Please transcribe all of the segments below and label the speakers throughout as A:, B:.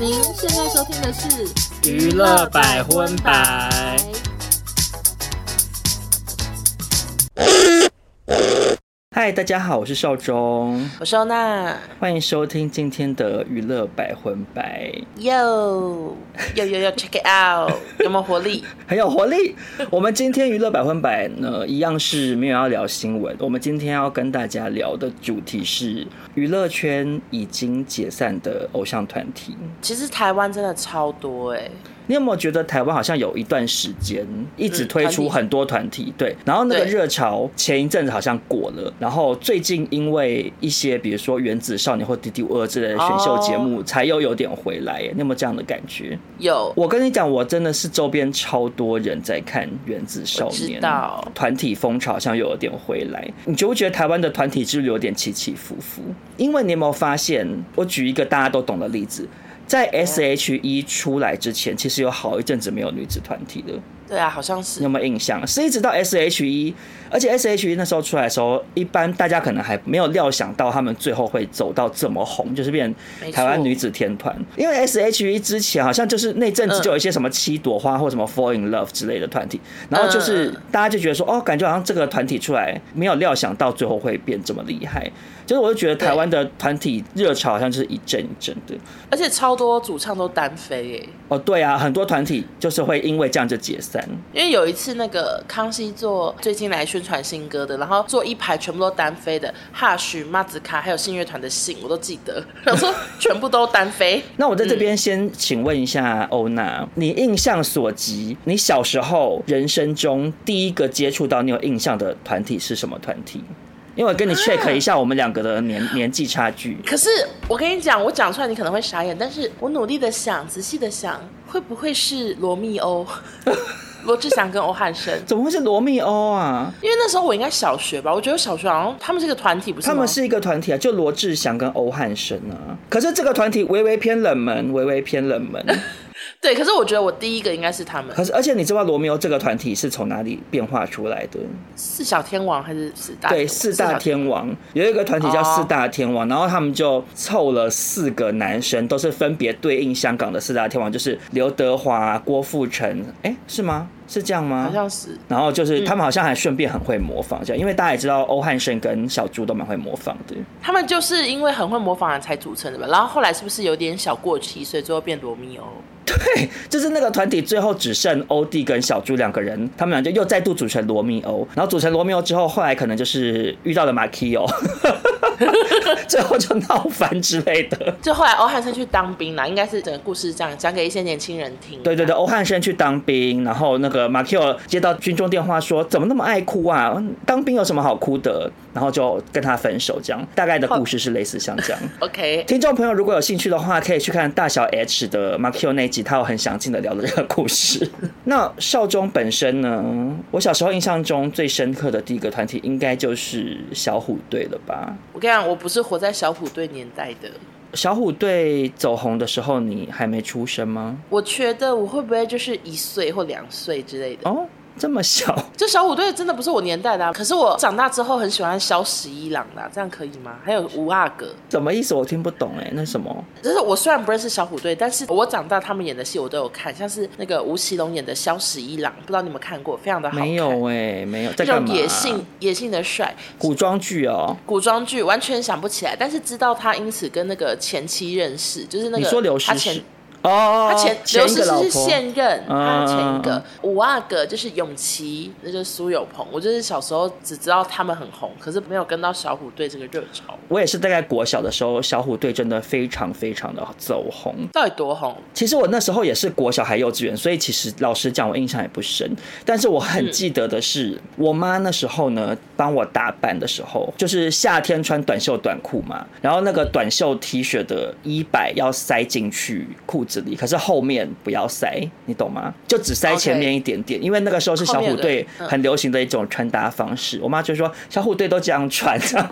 A: 您现在收听的是《
B: 娱乐百分百》。嗨，大家好，我是少中，
A: 我是欧娜，
B: 欢迎收听今天的娱乐百分百，
A: 哟哟哟哟，check it out，有没有活力？
B: 很有活力。 我们今天娱乐百分百呢，一样是没有要聊新闻，我们今天要跟大家聊的主题是娱乐圈已经解散的偶像团体。
A: 其实台湾真的超多哎、
B: 你有没有觉得台湾好像有一段时间一直推
A: 嗯团
B: 出
A: 体
B: 很多团体？对，然后那个
A: 对
B: 热潮前一阵子好像过了，然后最近因为一些比如说《原子少年》或《D D 五二》之类的选秀节
A: 哦
B: 目，才又有点回来耶。你有没有这样的感觉？
A: 有
B: 我跟你讲，我真的是周边超多人在看《原子少
A: 我知
B: 年》，
A: 道
B: 团体风潮好像又有点回来。你觉不觉得台湾的团体之旅有点起起伏伏？因为你有没有发现？我举一个大家都懂的例子。在 S.H.E 出来之前，其实有好一阵子没有女子团体了，
A: 对啊，好像是
B: 你有没有印象？是一直到 S.H.E，而且 S.H.E 那时候出来的时候，一般大家可能还没有料想到他们最后会走到这么红，就是变
A: 没错
B: 台湾女子天团。因为 S.H.E 之前好像就是那阵子就有一些什么七朵花或什么 Fall in Love 之类的团体，然后就是
A: 嗯
B: 大家就觉得说，哦，感觉好像这个团体出来没有料想到最后会变这么厉害。就是我就觉得台湾的团体热潮好像就是一阵一阵的。
A: 而且超多主唱都单飞哎、
B: 哦，对啊，很多团体就是会因为这样就解散。
A: 因为有一次那个康熙做最近来宣传新歌的，然后坐一排全部都单飞的，哈许、马子卡还有信乐团的信我都记得，然后说全部都单飞。
B: 那我在这边先请问一下欧娜，你印象所及，你小时候人生中第一个接触到你有印象的团体是什么团体？因为我跟你 check 一下我们两个的年年纪差距。
A: 可是我跟你讲，我讲出来你可能会傻眼，但是我努力的想，仔细的想，会不会是罗密欧、 罗志祥跟欧汉声？
B: 怎么会是罗密欧啊？
A: 因为那时候我应该小学吧，我觉得小学好像他们是个团体，不是吗？
B: 他们是一个团体啊，就罗志祥跟欧汉声啊。可是这个团体微微偏冷门，微微偏冷门。
A: 对，可是我觉得我第一个应该是 他们，
B: 可是，而且你知道罗密欧这个团体是从哪里变化出来的？
A: 四小天王还是四大天王？
B: 对，四大
A: 小
B: 天王有一个团体叫
A: 哦
B: 四大天王，然后他们就凑了四个男生，都是分别对应香港的四大天王，就是刘德华、郭富城，哎，是吗？是这样吗
A: 好？像是
B: 然后就是他们好像还顺便很会模仿，这样，因为大家也知道欧汉声跟小猪都蛮会模仿的。
A: 他们就是因为很会模仿人才组成的吧。然后后来是不是有点小过期，所以最后变罗密欧？
B: 对，就是那个团体最后只剩欧弟跟小猪两个人，他们俩就又再度组成罗密欧。然后组成罗密欧之后，后来可能就是遇到了马 奎欧， 最后就闹翻之类的。
A: 就后来欧汉生去当兵啦，应该是整个故事这样讲给一些年轻人听。
B: 对对对，欧汉生去当兵，然后那个马奎欧接到军中电话说，怎么那么爱哭啊？当兵有什么好哭的？然后就跟他分手，这样大概的故事是类似像这样。
A: ，OK，
B: 听众朋友如果有兴趣的话，可以去看大小 H 的 m a k i o 那一集，他有很详尽的聊了这个故事。那少中本身呢，我小时候印象中最深刻的第一个团体应该就是小虎队了吧？
A: 我跟你讲，我不是活在小虎队年代的。
B: 小虎队走红的时候，你还没出生吗？
A: 我觉得我会不会就是一岁或两岁之类的？
B: 哦，这么小，
A: 就小虎队真的不是我年代的、啊，可是我长大之后很喜欢萧十一郎啦、这样可以吗？还有五阿哥，
B: 什么意思？我听不懂哎、那什么？
A: 就是我虽然不认识小虎队，但是我长大他们演的戏我都有看，像是那个吴奇隆演的萧十一郎，不知道你们看过，非常的好看，
B: 没有哎、没有在
A: 那
B: 干
A: 种
B: 嘛？
A: 野性野性的帅，
B: 古装剧哦。
A: 古装剧完全想不起来，但是知道他因此跟那个前妻认识，就是那个
B: 你说刘诗
A: 他前
B: 诗哦，
A: 他前
B: 前
A: 刘
B: 一
A: 诗
B: 个老
A: 诗是
B: 婆
A: 现任，他
B: 嗯
A: 前一
B: 嗯
A: 个
B: 嗯
A: 五阿哥就是永琪，那就是苏有朋。我就是小时候只知道他们很红，可是没有跟到小虎队这个热潮。
B: 我也是大概国小的时候，小虎队真的非常非常的走红。
A: 到底多红？
B: 其实我那时候也是国小还幼稚园，所以其实老实讲，我印象也不深。但是我很记得的是，我妈那时候呢帮我打扮的时候，就是夏天穿短袖短裤嘛，然后那个短袖 T 恤的衣摆要塞进去裤子里，可是后面不要塞，你懂吗？就只塞前
A: OK
B: 面一点点因为那个时候是小
A: 后
B: 虎队
A: 面有人嗯
B: 很流行的一种穿搭方式。我妈就说小虎队都这样穿， 这样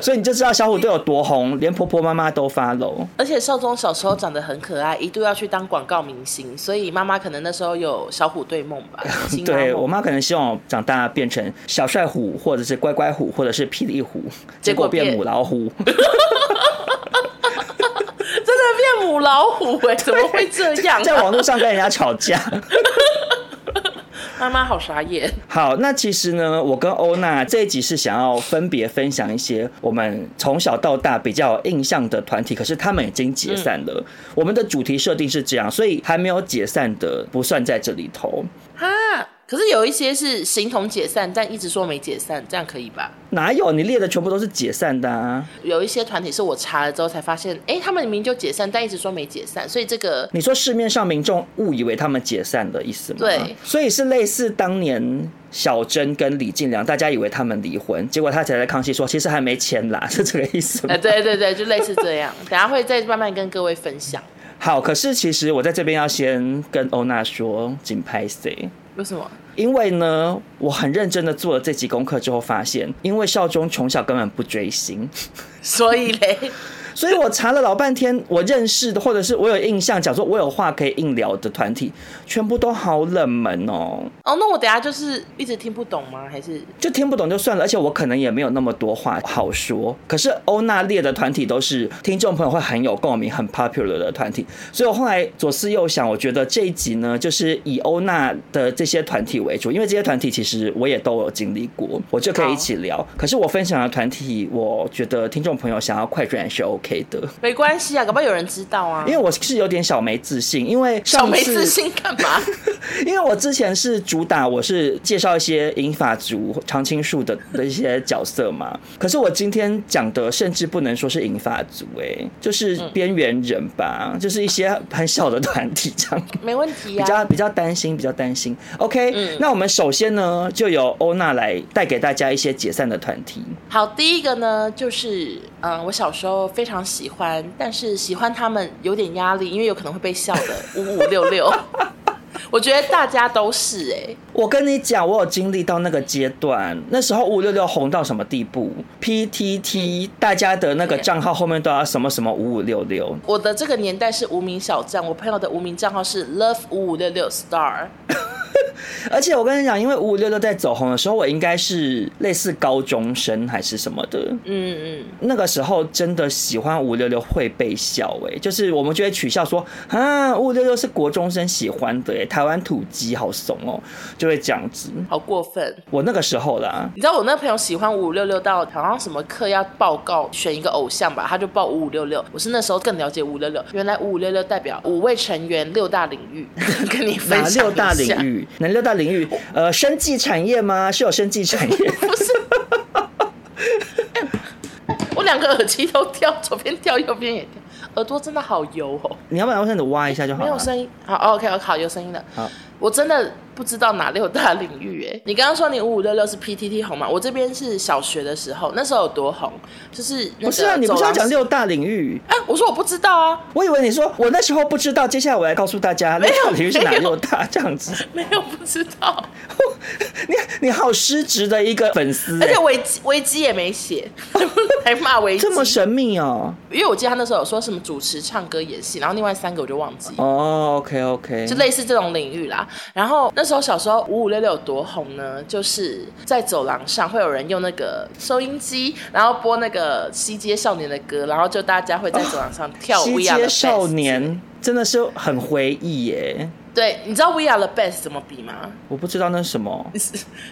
B: 所以你就知道小虎队有多红，连婆婆妈妈都发楼。
A: 而且少宗小时候长得很可爱，一度要去当广告明星，所以妈妈可能那时候有小虎队梦 吧。新妈
B: 对
A: 梦
B: 我妈可能希望我长大变成小帅虎，或者是乖乖虎，或者是霹雳虎，结
A: 结果
B: 果
A: 变
B: 变母老虎。
A: 真的母老 虎哎、怎么会这样、
B: 在
A: 啊？
B: 网络上跟人家吵架。
A: 妈妈好傻眼，
B: 好，那其实呢，我跟欧娜这一集是想要分别分享一些我们从小到大比较有印象的团体，可是他们已经解散了。我们的主题设定是这样，所以还没有解散的不算在这里头。
A: 哈。可是有一些是形同解散，但一直说没解散，这样可以吧？
B: 哪有你列的全部都是解散的啊？
A: 有一些团体是我查了之后才发现，哎、他们明明就解散，但一直说没解散，所以这个
B: 你说市面上民众误以为他们解散的意思吗？
A: 对，
B: 所以是类似当年小珍跟李进良，大家以为他们离婚，结果他才在康熙说其实还没签啦， 是这个意思吗？
A: 哎，对对对，就类似这样。 等下会再慢慢跟各位分享。
B: 好，可是其实我在这边要先跟欧娜说，紧拍 C。
A: 为什么？
B: 因为呢，我很认真的做了这集功课之后，发现因为少中从小根本不追星，
A: 所以嘞，
B: 所以我查了老半天，我认识的或者是我有印象，讲说我有话可以硬聊的团体，全部都好冷门哦，
A: 哦，那我等下就是一直听不懂吗？还是
B: 就听不懂就算了，而且我可能也没有那么多话好说。可是欧娜列的团体都是听众朋友会很有共鸣、很 popular 的团体，所以我后来左思右想，我觉得这一集呢，就是以欧娜的这些团体为主，因为这些团体其实我也都有经历过，我就可以一起聊。可是我分享的团体，我觉得听众朋友想要快转是 OK 的，
A: 没关系啊？搞不好有人知道啊
B: 因。为我是有点小没自信，因为
A: 小
B: 上
A: 没
B: 次
A: 自信干 嘛？
B: 因为我之前是主打我是介绍一些银发族常青树的的一些角色嘛，可是我今天讲的甚至不能说是银发族、欸，就是边缘人吧，就是一些很小的团体这样。
A: 没问题
B: 比
A: 啊。
B: 较比较担心，比较担心。OK，、那我们首先呢，就由欧娜来带给大家一些解散的团体。
A: 好，第一个呢，就是嗯，我小时候非常喜欢，但是喜欢他们有点压力，因为有可能会被笑的五五六 六。我觉得大家都是哎、
B: 我跟你讲，我有经历到那个阶段，那时候五六六红到什么地步？PTT 大家的那个账号后面都要什么什么五五六六，
A: 我的这个年代是无名小站，我朋友的无名账号是 love 五五六六 star。
B: 而且我跟你讲，因为五五六六在走红的时候，我应该是类似高中生还是什么的。
A: 嗯嗯，
B: 那个时候真的喜欢五六六会被笑哎、就是我们就会取笑说啊，五六六是国中生喜欢的哎、台湾土鸡好怂哦、就会这样子。
A: 好过分。
B: 我那个时候啦，
A: 你知道我那个朋友喜欢五五六六到好像什么课要报告选一个偶像吧，他就报五五六六。我是那时候更了解五五六六，原来五五六六代表五位成员六大领域，跟你分
B: 哪
A: 享一下
B: 六大领？域？哪六大领域？呃，生技产业吗？是有生技产业。
A: 不是。我两个耳机都掉，左边掉，右边也掉，耳朵真的好油哦，
B: 你要不然我让你挖一下就好
A: 没
B: 了。
A: 有声音。好，OK，好，哦有声音了。
B: 好
A: 我真的不知道哪六大领域哎、你刚刚说你五五六六是 PTT 红嘛？我这边是小学的时候，那时候有多红，就是那
B: 不是啊，
A: 个
B: 你不是
A: 走
B: 要
A: 廊
B: 讲六大领域？
A: 哎、我说我不知道啊，
B: 我以为你说我那时候不知道，接下来我来告诉大家六大领域是哪
A: 没有
B: 六大这样子。
A: 没有不知道，
B: 你你好失职的一个粉丝、
A: 而
B: 欸
A: 且，维基维基也没 写，还骂维基
B: 这，么神秘哦、
A: 因为我记得他那时候有说什么主持、唱歌、演戏，然后另外三个我就忘记。
B: 哦，OK OK，
A: 就类似这种领域啦。然后那时候小时候五五六六有多红呢？就是在走廊上会有人用那个收音机，然后播那个西街少年的歌，然后就大家会在走廊上跳 We
B: 哦西
A: Are the
B: 街少
A: Best。
B: 年真的是很回忆耶，
A: 对，你知道 We Are the Best 怎么比吗？
B: 我不知道那是什么。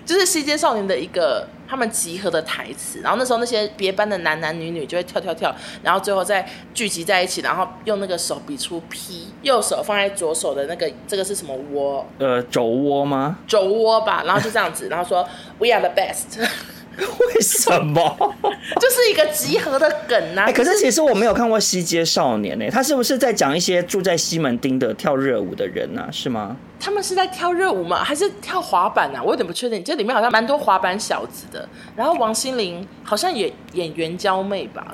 A: 就是西街少年的一个他们集合的台词，然后那时候那些别班的男男女女就会跳跳跳，然后最后再聚集在一起，然后用那个手比出 P，右手放在左手的那个这个是什么窝
B: 呃，肘窝吗？
A: 肘窝吧，然后就这样 子，然后说 We are the best，
B: 为什么？
A: 就是一个集合的梗啊呐、
B: 哎、可是其实我没有看过《西街少年》欸呢，他是不是在讲一些住在西门町的跳热舞的人啊？是吗？
A: 他们是在跳热舞吗？还是跳滑板啊？我有点不确定，这里面好像蛮多滑板小子的。然后王心凌好像也演援交妹吧，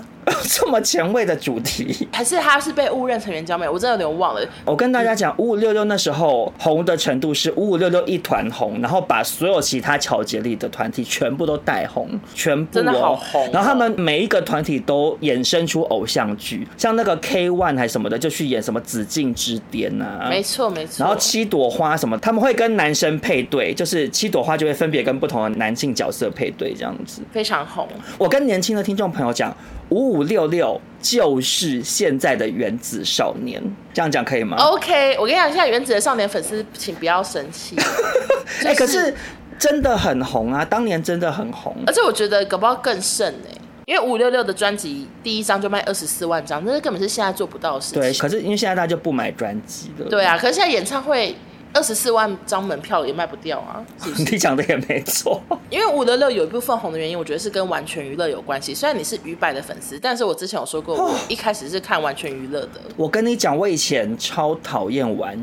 B: 这么前卫的主题，
A: 还是她是被误认成援交妹？我真的有点忘了。
B: 我跟大家讲，五五六六那时候红的程度是五五六六一团红，然后把所有其他乔杰利的团体全部都带红，全部、哦、
A: 真的好红哦
B: 然后他们每一个团体都衍生出偶像剧，像那个 K One 还什么的，就去演什么《紫禁之巅》啊，
A: 没错没错。
B: 然后七朵花什么，他们会跟男生配对，就是七朵花就会分别跟不同的男性角色配对这样子。
A: 非常红，
B: 我跟年轻的听众朋友讲，五五六六就是现在的原子少年，这样讲可以吗？
A: OK，我跟你讲，现在原子的少年粉丝，请不要生气。就
B: 哎、可是真的很红啊，当年真的很红。
A: 而且我觉得搞不好更胜哎、因为五六六的专辑第一张就卖二十四万张，这是根本是现在做不到的事情。
B: 对，可是因为现在大家就不买专辑了。
A: 对啊，可是现在演唱会二十四万张门票也卖不掉 啊，是不是？
B: 你讲的也没错。
A: 因为五六六有一部分红的原因，我觉得是跟完全娱乐有关系。虽然你是娱百的粉丝，但是我之前有说过，
B: 哦
A: 我一开始是看完全娱乐的，
B: 我跟你讲，我以前超讨厌玩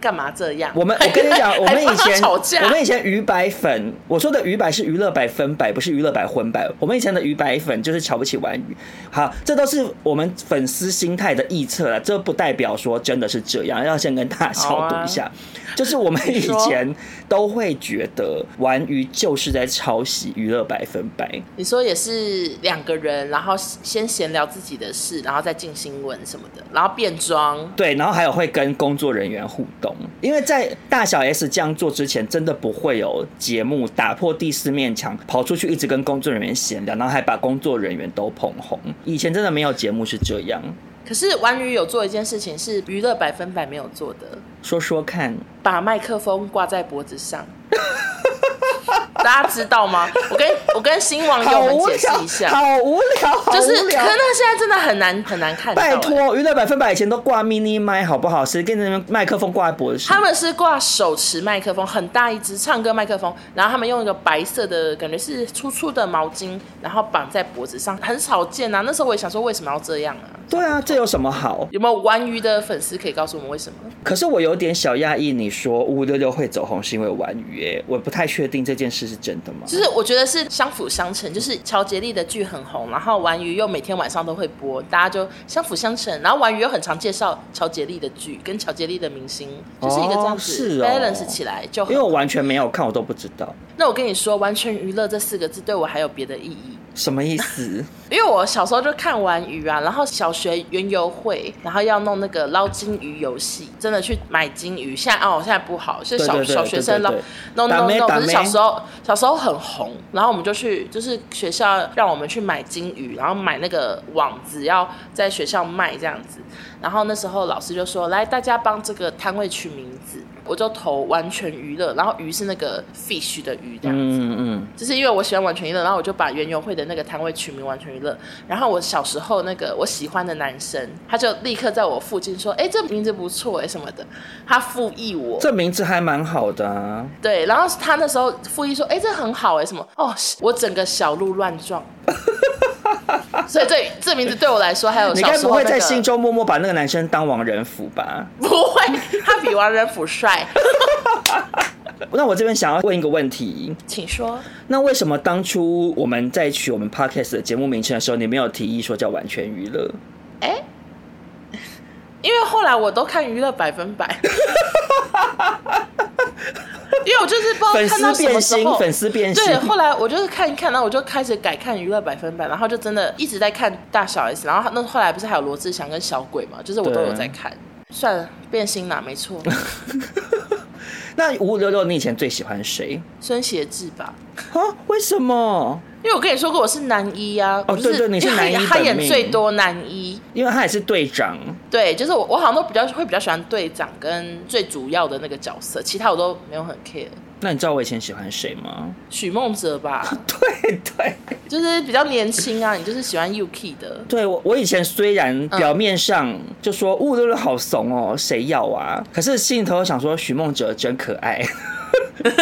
A: 干嘛这样？
B: 我们，我跟你讲，我们以
A: 还怕
B: 前
A: 吵架，
B: 我们以前鱼白粉，我说的鱼白是娱乐百分百，不是娱乐百分百。我们以前的鱼白粉就是瞧不起玩鱼，好，这都是我们粉丝心态的臆测了，这不代表说真的是这样，要先跟大家消毒一下。就是我们以
A: 啊说
B: 前都会觉得玩鱼就是在抄袭娱乐百分百，
A: 你说也是两个人，然后先闲聊自己的事，然后再进新闻什么的，然后变装。
B: 对，然后还有会跟工作人员互动，因为在大小 S 这样做之前，真的不会有节目打破第四面墙，跑出去一直跟工作人员闲聊，然后还把工作人员都捧红。以前真的没有节目是这样，
A: 可是玩女有做一件事情是娱乐百分百没有做的，
B: 说说看，
A: 把麦克风挂在脖子上。大家知道吗？我跟我跟新网友
B: 好
A: 们
B: 无
A: 解释
B: 聊
A: 一，下，
B: 好无聊，好
A: 就是
B: 无
A: 可是
B: 聊。
A: 那现在真的很难很难看到、
B: 拜
A: 欸
B: 托，娱乐百分百以前都挂 mini 麦好不好？谁跟你们麦克风挂在脖子上？
A: 他们是挂手持麦克风，很大一支唱歌麦克风，然后他们用一个白色的，感觉是粗粗的毛巾，然后绑在脖子上，很少见啊。那时候我也想说，为什么要这样啊？
B: 对啊，这有什么好？
A: 有没有玩鱼的粉丝可以告诉我们为什么？
B: 可是我有点小讶异，你说五五六六会走红是因为玩鱼、欸，我不太确定这件事是真的吗？
A: 就是我觉得是相辅相成，就是乔杰利的剧很红，然后玩鱼又每天晚上都会播，大家就相辅相成。然后玩鱼又很常介绍乔杰利的剧跟乔杰利的明星，就是一个这样子
B: 哦是哦
A: balance 起来就很
B: 因为我完全没有看，我都不知道
A: 那我跟你说，完全娱乐这四个字对我还有别的意义。
B: 什么意思。
A: 因为我小时候就看玩鱼啊，然后小学园游会，然后要弄那个捞金鱼游戏，真的去买金鱼。现在哦，现在不好，是小
B: 对对对
A: 小学生捞
B: 对对
A: 弄
B: 打
A: 弄
B: 咩
A: 弄。
B: 打
A: 可是
B: 咩
A: 小时候小时候很红，然后我们就去，就是学校让我们去买金鱼，然后买那个网子，要在学校卖这样子。然后那时候老师就说：“来，大家帮这个摊位取名字。”我就投完全娱乐，然后鱼是那个 fish 的鱼这样子。
B: 嗯嗯，
A: 就是因为我喜欢完全娱乐，然后我就把园游会的那个摊位取名完全娱乐。然后我小时候那个我喜欢的男生，他就立刻在我附近说：“哎、这名字不错哎、什么的。”他附议我，
B: 这名字还蛮好的啊。
A: 对，然后他那时候附议说：“哎、这很好哎、什么哦，我整个小鹿乱撞。”所以这这名字对我来说，还有
B: 你
A: 小
B: 该
A: 时
B: 不
A: 候、那
B: 会
A: 个、
B: 在心中默默把那个男生当王仁甫吧？
A: 不会，他比王仁甫帅，
B: 那我这边想要问一个问题，
A: 请说。
B: 那为什么当初我们在取我们 podcast 的节目名称的时候，你没有提议说叫完全娱乐？
A: 哎、因为后来我都看娱乐百分百，因为我就是不知道
B: 粉
A: 哦看到什
B: 丝
A: 么
B: 变
A: 时
B: 心，
A: 候。
B: 粉丝变心
A: 对，。哦后来我就是看一看，然后我就开始改看娱乐百分百，然后就真的一直在看大小 S，然后那后来不是还有罗志祥跟小鬼嘛，就是我都有在看。算了，变心啦，没错，
B: 那五五六六，你以前最喜 欢谁
A: 孙协志吧，
B: 啊？为什么？
A: 因为我跟你说过我是男一啊，
B: 哦
A: 我就是
B: 对对你是
A: 因为
B: 男一
A: 他演
B: 本命
A: 最多男一，
B: 因为他也是队长，
A: 对，就是我，我好像都比较会比较喜欢队长跟最主要的那个角色，其他我都没有很 care。
B: 那你知道我以前喜欢谁 吗？
A: 许梦哲吧，
B: 对对，
A: 就是比较年轻啊，你就是喜欢 UK 的，
B: 对我，我以前虽然表面上就说雾六六好怂哦，谁要啊？可是心里头想说许梦哲真可爱，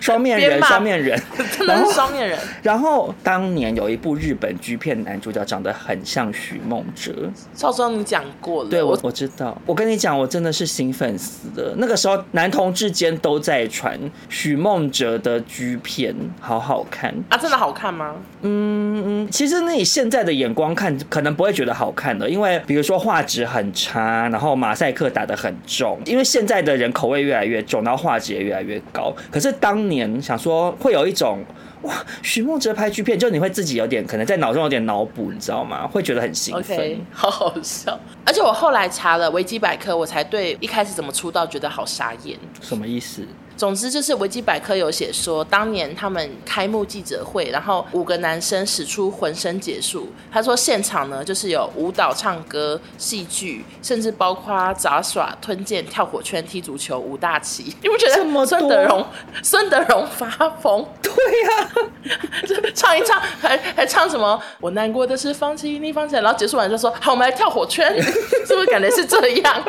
B: 双面
A: 边
B: 人，
A: 骂
B: 双面人。
A: 真的是双面人。
B: 然后当年有一部日本 G 片男主角长得很像许梦哲，
A: 少庄你讲过了，
B: 对我
A: 我
B: 我知道，我跟你讲，我真的是新粉丝的。那个时候男同志间都在传许梦哲的 G 片，好好看。
A: 啊，真的好看吗？
B: 嗯其实你以现在的眼光看，可能不会觉得好看的，因为比如说画质很差，然后马赛克打得很重，因为现在的人口味越来越重，然后画质也越来越高。可是当年，想说会有一种哇，许梦哲拍剧片，就你会自己有点可能在脑中有点脑补，你知道吗？会觉得很兴奋。
A: OK，好 好笑。而且我后来查了维基百科，我才对一开始怎么出道觉得好傻眼。
B: 什么意思？
A: 总之就是维基百科有写说，当年他们开幕记者会，然后五个男生使出浑身解数。他说现场呢就是有舞蹈、唱歌、戏剧，甚至包括杂耍、吞剑、跳火圈、踢足球五大旗。 你不觉
B: 这么
A: 得
B: 多
A: 孙德荣孙德荣发疯？
B: 对呀、
A: 就唱一唱，还还唱什么？我难过的是放弃你放弃，然后结束完就说好，我们来跳火圈， 是不是感觉是这样？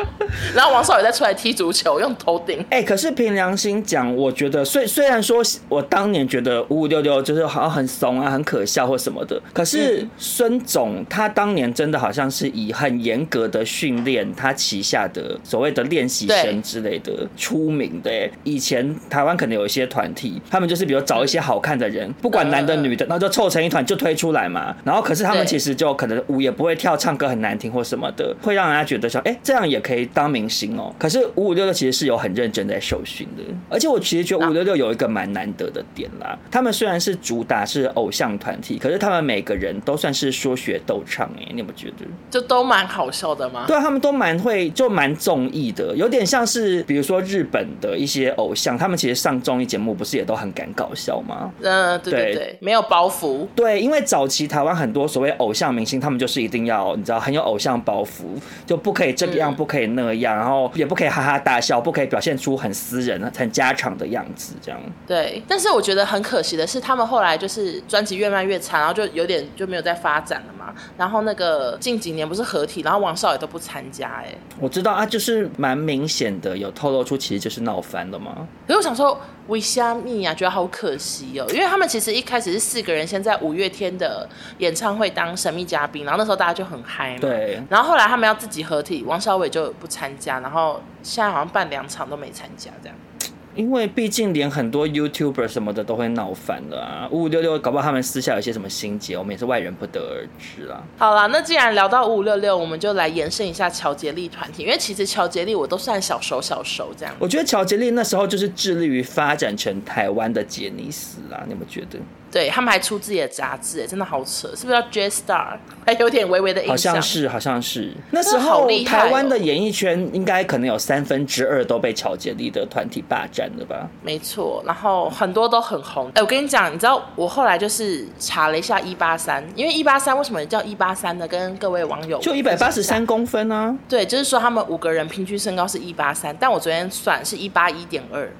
A: 然后王少宇再出来踢足球，用头顶。
B: 哎、可是凭良心讲，我觉得虽虽然说我当年觉得五五六六就是好像很怂啊、很可笑或什么的，可是
A: 嗯
B: 孙总他当年真的好像是以很严格的训练他旗下的所谓的练习生
A: 对
B: 之类的出名的、哎以前台湾可能有一些团体，他们就是比如找一些好看的人，不管男的
A: 嗯嗯
B: 女的，然后就凑成一团就推出来嘛。然后可是他们
A: 对
B: 其实就可能舞也不会跳，唱歌很难听或什么的，会让人家觉得说，哎、这样也可以当明星哦。可是五五六六其实是有很认真在受训的，而且我其实觉得五五六六有一个蛮难得的点啦，他们虽然是主打是偶像团体，可是他们每个人都算是说学逗唱、哎，你有没有觉得？
A: 就都蛮好笑的嘛。
B: 对啊，他们都蛮会，就蛮综艺的，有点像是比如说日本的一些偶像，他们其实上综艺节目不是也都很敢搞笑吗？
A: 嗯、对对
B: 对
A: 对，没有包袱。
B: 对，因为早期台湾很多所谓偶像明星，他们就是一定要你知道很有偶像包袱，就不可以这个样，
A: 嗯
B: 不可以那样，然后也不可以哈哈大笑，不可以表现出很私人、很家常的样子，这样。
A: 对，但是我觉得很可惜的是，他们后来就是专辑越卖越惨，然后就有点就没有再发展了嘛。然后那个近几年不是合体，然后王少也都不参加哎、
B: 我知道啊，就是蛮明显的有透露出，其实就是闹翻了嘛。
A: 可是我想说，维虾蜜啊，觉得好可惜哦，因为他们其实一开始是四个人先在五月天的演唱会当神秘嘉宾，然后那时候大家就很嗨嘛。。
B: 对，
A: 然后后来他们要自己合体，王少伟就不参加，然后现在好像办两场都没参加这样。
B: 因为毕竟连很多 YouTuber 什么的都会闹翻了啊，五五六六，搞不好他们私下有一些什么心结，我们也是外人不得而知啊。
A: 好啦，那既然聊到五五六六，我们就来延伸一下乔杰利团体，因为其实乔杰利我都算小熟小熟这样。
B: 我觉得乔杰利那时候就是致力于发展成台湾的杰尼斯啊，你有没有觉得？
A: 对他们还出自己的杂志，哎，真的好扯，是不是叫 J Star？还有点微微的
B: 好
A: 印象
B: 像。是，好像是。那时
A: 那好
B: 候
A: 厉害
B: 台湾
A: 哦
B: 的演艺圈应该可能有三分之二都被乔杰利的团体霸占了吧？
A: 没错，然后很多都很红。哎、我跟你讲，你知道我后来就是查了一下一八三，因为一八三为什么叫一八三呢？跟各位网友
B: 就一百八十
A: 分享下
B: 三公分啊！
A: 对，就是说他们五个人平均身高是一八三，但我昨天算是一八一点二，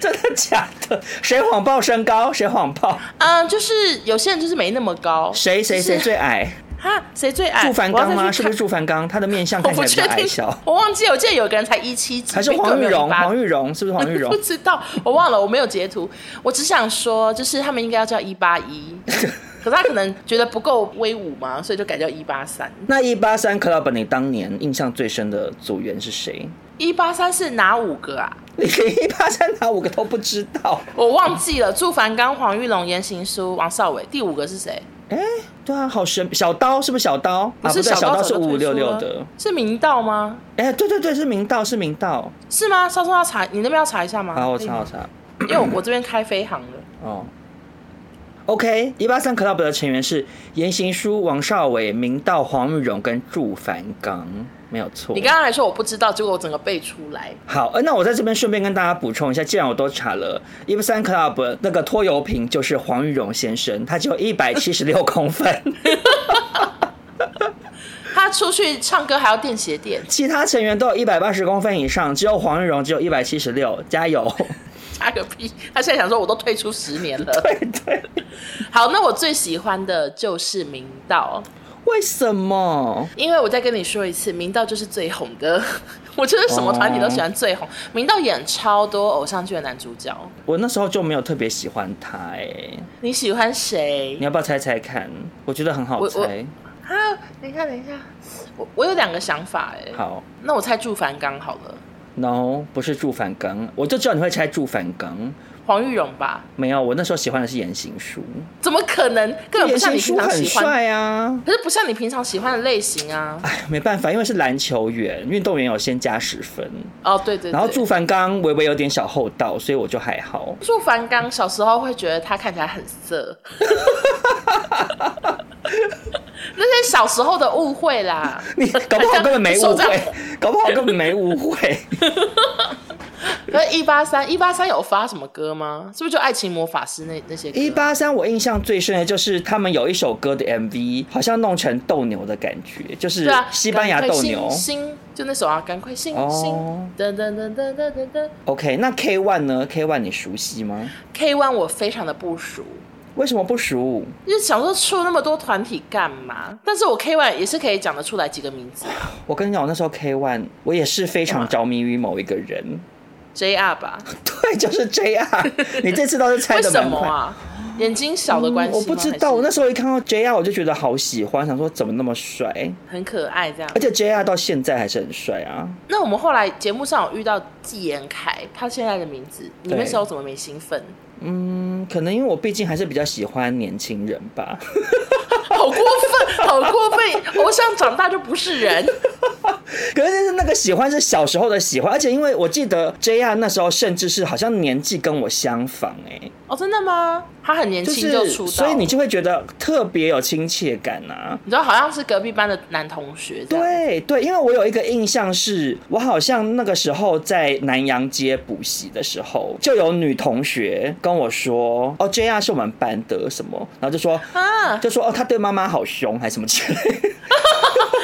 B: 真的假的？谁谎报身高？谁谎报？
A: 嗯，就是有些人就是没那么高，
B: 谁谁谁
A: 就是
B: 最矮？
A: 哈谁最矮？
B: 祝凡
A: 我要再
B: 刚
A: 去
B: 吗？
A: 看
B: 是不是？祝凡刚？他的面相
A: 我
B: 看起
A: 不确
B: 来比较矮
A: 定
B: 小，，
A: 我忘记了，我记得有个人才一七几，
B: 还是
A: 并
B: 黄
A: 没有
B: 玉荣？
A: 18
B: 黄玉荣是不是黄玉荣
A: 不？知道，我忘了，我没有截图。我只想说，就是他们应该要叫一八 一，可是他可能觉得不够威武嘛，所以就改叫一八三。
B: 那一八三 club 你当年印象最深的组员是谁？
A: 一八三是哪五个啊？
B: 你连一八三哪五个都不知道？
A: 我忘记了。祝凡刚、黄玉龙、言行书、王少伟，第五个是谁？
B: 哎、对啊，好神！小刀是不是小刀？啊，
A: 是
B: 不对，小
A: 刀早
B: 刀是
A: 就
B: 五
A: 退出
B: 五六六
A: 了
B: 的。，
A: 是明道吗？
B: 哎、对对对，是明道，是明道。
A: 是吗？稍稍要查，你那边要查一下吗？
B: 好，我
A: 可以
B: 查
A: 吗
B: 我，查。
A: 因为我我这边开飞航了。
B: 哦，OK，一八三 Club 的成员是言行书、王少伟、明道、黄玉荣跟祝凡刚，没有错
A: 你。刚刚还说我不知道，结果我整个背出来。
B: 好，呃，那我在这边顺便跟大家补充一下，既然我都查了，一八三 Club 那个拖油瓶就是黄玉荣先生，他只有一百七十六公分。
A: 他出去唱歌还要垫鞋垫，
B: 其他成员都有一百八十公分以上，只有黄玉荣只有一百七十六，加油！
A: 加个屁！他现在想说，我都退出十年了。
B: 对对，
A: 好，那我最喜欢的就是明道，
B: 为什么？
A: 因为我再跟你说一次，明道就是最红的。 我觉得什么团体都喜欢最
B: 哦
A: 红，明道演超多偶像剧的男主角。
B: 我那时候就没有特别喜欢他哎、
A: 你喜欢
B: 你
A: 谁？
B: 要不要猜猜看？我觉得很好
A: 我我
B: 猜。
A: 啊，等一下，等一下，我我有两个想法哎。
B: 好
A: 那我猜祝凡刚好了。
B: ，No，不是祝反刚，我就知道你会猜祝反刚。
A: 黄玉荣吧？
B: 没有，我那时候喜欢的是言行书，
A: 怎么可能？根本不
B: 言
A: 像你
B: 行
A: 平
B: 书
A: 常
B: 很
A: 喜欢，
B: 帅啊。
A: 可是不像你平常喜欢的类型啊。
B: 哎，没办法，因为是篮球员，运动员有先加十分，
A: 哦，对对对。
B: 然后祝凡刚微微有点小厚道，所以我就还好。
A: 祝凡刚小时候会觉得他看起来很色，那些小时候的误会啦。
B: 你搞不好根本没
A: 手
B: 误
A: 掌
B: 会，搞不好根本没误会。
A: 可是，一八三一八三有发什么歌吗？是不是就《爱情魔法师那》那些歌？
B: 一八三，我印象最深的就是他们有一首歌的 MV，好像弄成斗牛的感觉，就是
A: 对啊，
B: 西班牙
A: 赶快
B: 斗
A: 醒
B: 牛。
A: 醒就那首啊，赶快醒醒
B: 哦，
A: 噔噔噔噔噔噔噔。
B: OK，那 K One 呢？K One 你熟悉吗？
A: K One 我非常的不熟，
B: 为什么不熟？
A: 就是想说出那么多团体干嘛？但是我 K One 也是可以讲得出来几个名字
B: 我跟你讲，我那时候 K One，我也是非常着迷于某一个人，
A: ，J R 吧？
B: 对，就 是 JR。你这次倒是猜
A: 为
B: 的
A: 什
B: 蛮
A: 么
B: 快。嗯
A: 啊？眼睛小的关系吗、
B: 我不知道，
A: 还
B: 我
A: 是
B: 那时候一看到 JR，我就觉得好喜欢，想说怎么那么帅，
A: 很可爱这样
B: 而。且 JR 到现在还是很帅啊。
A: 那我们后来节目上有遇到纪言凯，他现在的名字，你
B: 对
A: 那时候怎么没兴奋？
B: 嗯，可能因为我毕竟还是比较喜欢年轻人吧。
A: 好过分，好过分！我想长大就不是 人。
B: 可是那个喜欢是小时候的喜欢，而且因为我记得 JR 那时候甚至是好像年纪跟我相仿哎、
A: 哦，真的吗？他很年
B: 就
A: 轻就是出道，
B: 所以你就会觉得特别有亲切感啊。
A: 你知道好像是隔壁班的男同学这样。
B: 对对，因为我有一个印象是，我好像那个时候在南洋街补习的时候，就有女同学跟我说：“哦，JR 是我们班的什么？”然后就说
A: 啊，
B: 就说：“哦，他对妈妈好凶，还是什么之类的。”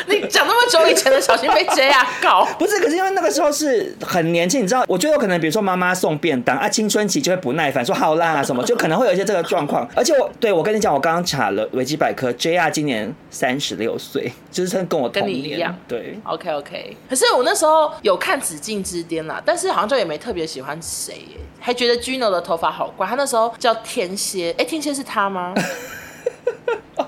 A: 你讲那么久以前的，小心被 J R 搞。
B: 不是，可是因为那个时候是很年轻，你知道，我觉得有可能，比如说妈妈送便当啊，青春期就会不耐烦，说好啦什么，就可能会有一些这个状况。而且我对我跟你讲，我刚刚查了维基百科，JR 今年三十六岁，就是他跟我同
A: 跟你
B: 年，
A: 一样
B: 对。
A: OK OK，可是我那时候有看《紫禁之巅》啦，但是好像就也没特别喜欢谁耶，还觉得 Gino 的头发好怪，他那时候叫天蝎，哎、天蝎是他 吗？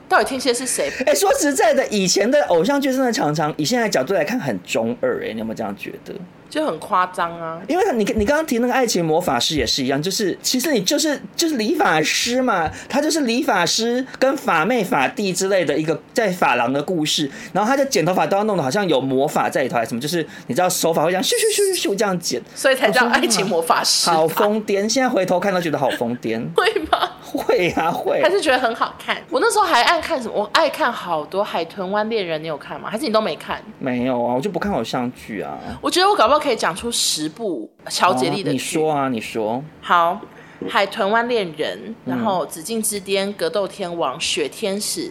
A: 到底天蝎是谁？
B: 哎、说实在的，以前的偶像剧真的常常以现在的角度来看很中二、哎，你有没有这样觉得？
A: 就很夸张啊！
B: 因为你你刚刚提那个爱情魔法师也是一样，就是其实你就是就是理发师嘛，他就是理发师跟法妹法弟之类的一个在发廊的故事，然后他就剪头发都要弄得好像有魔法在里头，还是什么，就是你知道手法会这样咻咻咻咻咻这样剪，
A: 所以才叫
B: 好疯啊
A: 爱情魔法师吧，
B: 好疯癫！现在回头看都觉得好疯癫，
A: 会吗？
B: 会啊会
A: 还。是觉得很好看？我那时候还爱看什么？我爱看好多《海豚湾恋人》，你有看吗？还是你都没看？
B: 没有啊，我就不看偶像剧啊。
A: 我觉得我搞不好可以讲出十部乔杰利的剧。
B: 哦你说啊，你说，
A: 好，《海豚湾恋人》，然后《紫禁之巅》《格斗天王》《雪天使》，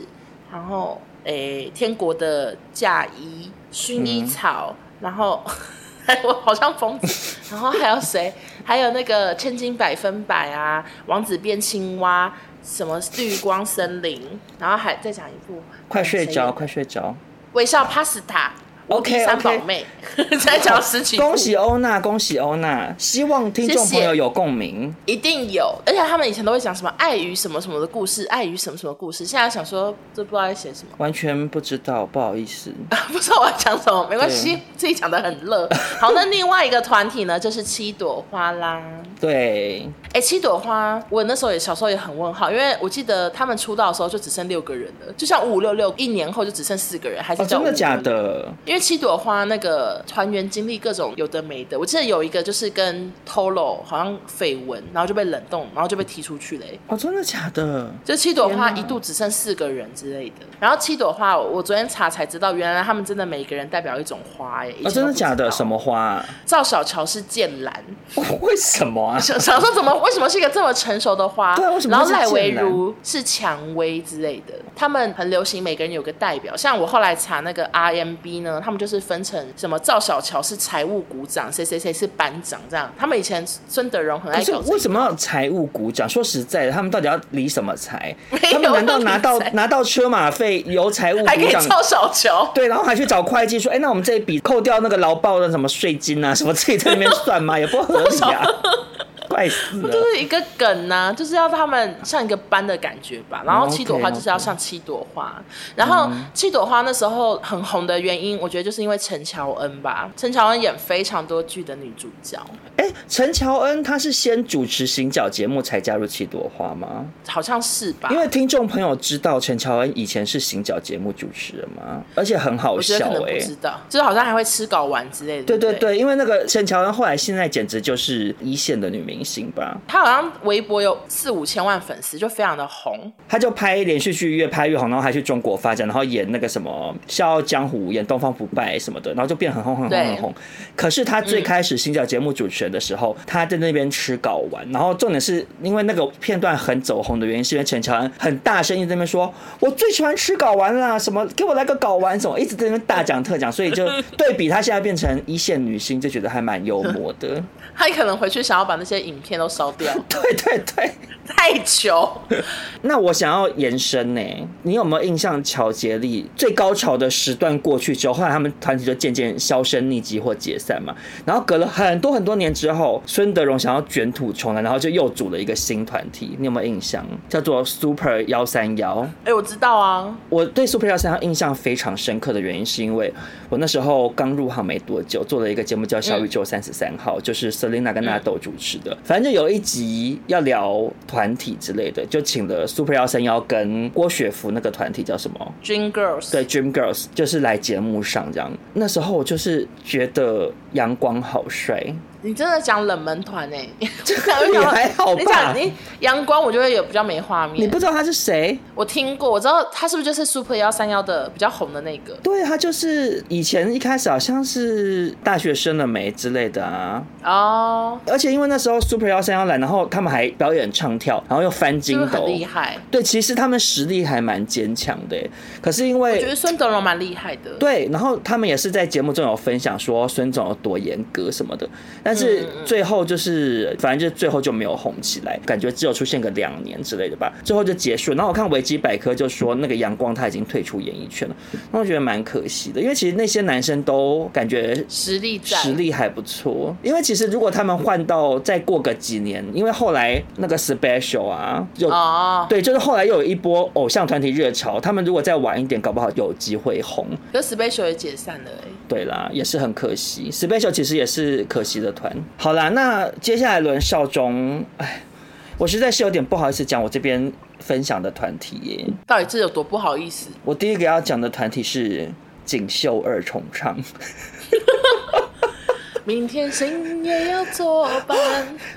A: 然后诶，天国的嫁衣》《薰衣草》然后 我好像疯子，然后还有谁？还有那个千金百分百啊，《王子变青蛙》，什么绿光森林，然后还再讲一部，
B: 快睡
A: 谁
B: 着，
A: 演
B: 快睡着。
A: 微笑 Pasta。
B: OK，
A: 三
B: OK
A: 宝妹， 再讲了十几部，
B: 恭喜欧娜，恭喜欧娜！希望听众
A: 谢谢
B: 朋友有共鸣。
A: 一定有，而且他们以前都会讲什么爱与什么什么的故事，爱与什么什么故事。现在想说，这不知道在写什么，
B: 完全不知道，不好意思。
A: 不知道我要讲什么，没关系，自己讲的很 乐。好，那另外一个团体呢，就是七朵花啦。
B: 对，
A: 哎、七朵花，我那时候也小时候也很问号，因为我记得他们出道的时候就只剩六个人了，就像五五六六，一年后就只剩四个人，还是
B: 哦，
A: 叫
B: 真的
A: 5566
B: 假？的？
A: 因为七朵花那个团员经历各种有的没的，我记得有一个就是跟 Tolo 好像绯闻，然后就被冷冻，然后就被踢出去嘞、
B: 哦，真的假的？
A: 就七朵花一度只剩四个人之类的。然后七朵花，我我昨天查才知道，原来他们真的每个人代表一种花耶。以前
B: 哦，
A: 都
B: 真的
A: 不知道
B: 假的？什？么花、 啊？
A: 赵小乔是剑兰，
B: 为什么啊？
A: 想想说怎么为什么是一个这么成熟的花？
B: 对啊为什么
A: 然后
B: 会是
A: 赖维
B: 剑兰
A: 如是蔷薇之类的，他们很流行，每个人有个代表。像我后来查那个 RMB 呢，他们就是分成什么赵小乔是财务股长，谁谁谁是班长这样。他们以前孙德荣很爱
B: 可是
A: 搞这
B: 为什么要财务股长？说实在的，他们到底要理什么 财？
A: 有
B: 他们难道拿到
A: 理财
B: 拿到车马费由财务
A: 还可
B: 股
A: 以
B: 长？
A: 赵小乔。
B: 对，然后还去找会计说，哎、那我们这 一笔扣掉那个劳报的什么税金啊，什么自己在那边算吗？也不合理啊。坏死
A: 这
B: 了。
A: 是一个梗呐、就是要他们像一个班的感觉
B: 嗯
A: 吧。然后七朵花就是要像七朵花。然后七朵花那时候很红的原因，我觉得就是因为陈乔恩吧。陈乔恩演非常多剧的女主角，
B: 哎、陈乔恩她是先主持行脚节目才加入七朵花吗？
A: 好像是吧
B: 因？为听众朋友知道陈乔恩以前是行脚节目主持人吗？而且很好
A: 我觉得
B: 笑
A: 可能
B: 哎、
A: 不知道，就是好像还会吃睾丸之类的。
B: 对
A: 对
B: 对
A: 不。
B: 对，因为那个陈乔恩后来现在简直就是一线的女明星吧，
A: 她好像微博有四五千万粉丝，就非常的红。
B: 她就拍连续剧越拍越红，然后还去中国发展，然后演那个什么《笑傲江湖》、演《东方不败》什么的，然后就变很红很红
A: 对
B: 很红。可是她最开始行脚节目主持人的时候，她在那边吃睾丸，然后重点是因为那个片段很走红的原因，是因为陈乔恩很大声一直在那边说：“我最喜欢吃睾丸啦，什么给我来个睾丸什么”，一直在那边大讲特讲，所以就对比她现在变成一线女星，就觉得还蛮幽默的。
A: 她可能回去想要把那些影片都烧 掉，
B: 对对对。
A: 太糗。
B: 那我想要延伸呢、你有没有印象乔杰利最高潮的时段过去之后，后来他们团体就渐渐销声匿迹或解散嘛？然后隔了很多很多年之后，孙德荣想要卷土重来，然后就又组了一个新团体，你有没有印象？叫做 Super 幺三幺。
A: 哎、我知道啊，
B: 我对 Super 幺三幺印象非常深刻的原因，是因为我那时候刚入行没多久，做了一个节目叫《小宇宙三十三号》，就是 Selina 跟纳豆主持的。反正就有一集要聊团体之类的，就请了 Super 幺三幺跟郭雪芙那个团体叫什么？
A: Dream Girls，
B: 对，Dream Girls 就是来节目上这样。那时候我就是觉得阳光好帅，
A: 你真的讲冷门团 哎、欸， 这
B: 也还好
A: 你
B: 吧
A: 讲你阳光，我觉得也比较没画
B: 你
A: 面。
B: 不知道他是谁？
A: 我听过，我知道他是不是就是 Super 幺三幺的比较红的那个？
B: 对他就是以前一开始好像是大学生了没之类的啊。
A: 哦，
B: 而且因为那时候 Super 幺三幺来，然后他们还表演唱跳，然后又翻筋
A: 是不是很
B: 斗，
A: 厉害？
B: 对，其实他们实力还蛮坚强的耶。可是因
A: 我觉
B: 为
A: 得孙德荣蛮厉害的。
B: 对，然后他们也是在节目中有分享说孙总有多严格什么的，但
A: 嗯
B: 是最后就是反正就最后就没有红起来，感觉只有出现个两年之类的吧，最后就结束。然后我看维基百科就说那个阳光他已经退出演艺圈了，那我觉得蛮可惜的，因为其实那些男生都感觉
A: 实力在，
B: 实力还不错，因为其实如果他们换到再过个几年，因为后来那个 special 啊，就、
A: 哦。
B: 对，就是后来又有一波偶像团体热潮，他们如果再晚一点，搞不好有机会红。
A: 可是 Special 也解散了哎、
B: 对啦，也是很可惜，special 其实也是可惜的团。好啦，那接下来轮少中，哎，我实在是有点不好意思讲我这边分享的团体耶。
A: 到底这有多不好意思？
B: 我第一个要讲的团体是锦绣二重 唱。
A: 明天深夜要作伴，